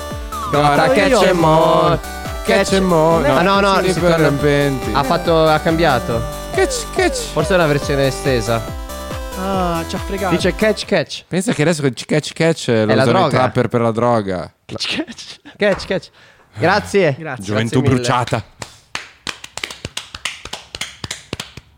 Speaker 2: Gota Catchemon!
Speaker 1: Catchemon!
Speaker 2: Ah no, no,
Speaker 1: tutti
Speaker 2: si torna-
Speaker 1: prorompenti.
Speaker 2: ha fatto ha cambiato.
Speaker 1: Ah, Catch, catch!
Speaker 2: Forse è una versione estesa.
Speaker 3: Ah, ci ha fregato.
Speaker 2: Dice catch catch.
Speaker 1: Pensa che adesso con catch, catch eh, lo
Speaker 2: la
Speaker 1: usano i
Speaker 2: droga.
Speaker 1: trapper per la droga.
Speaker 2: Catch catch. Grazie.
Speaker 3: Grazie.
Speaker 1: Gioventù
Speaker 2: mille.
Speaker 1: bruciata.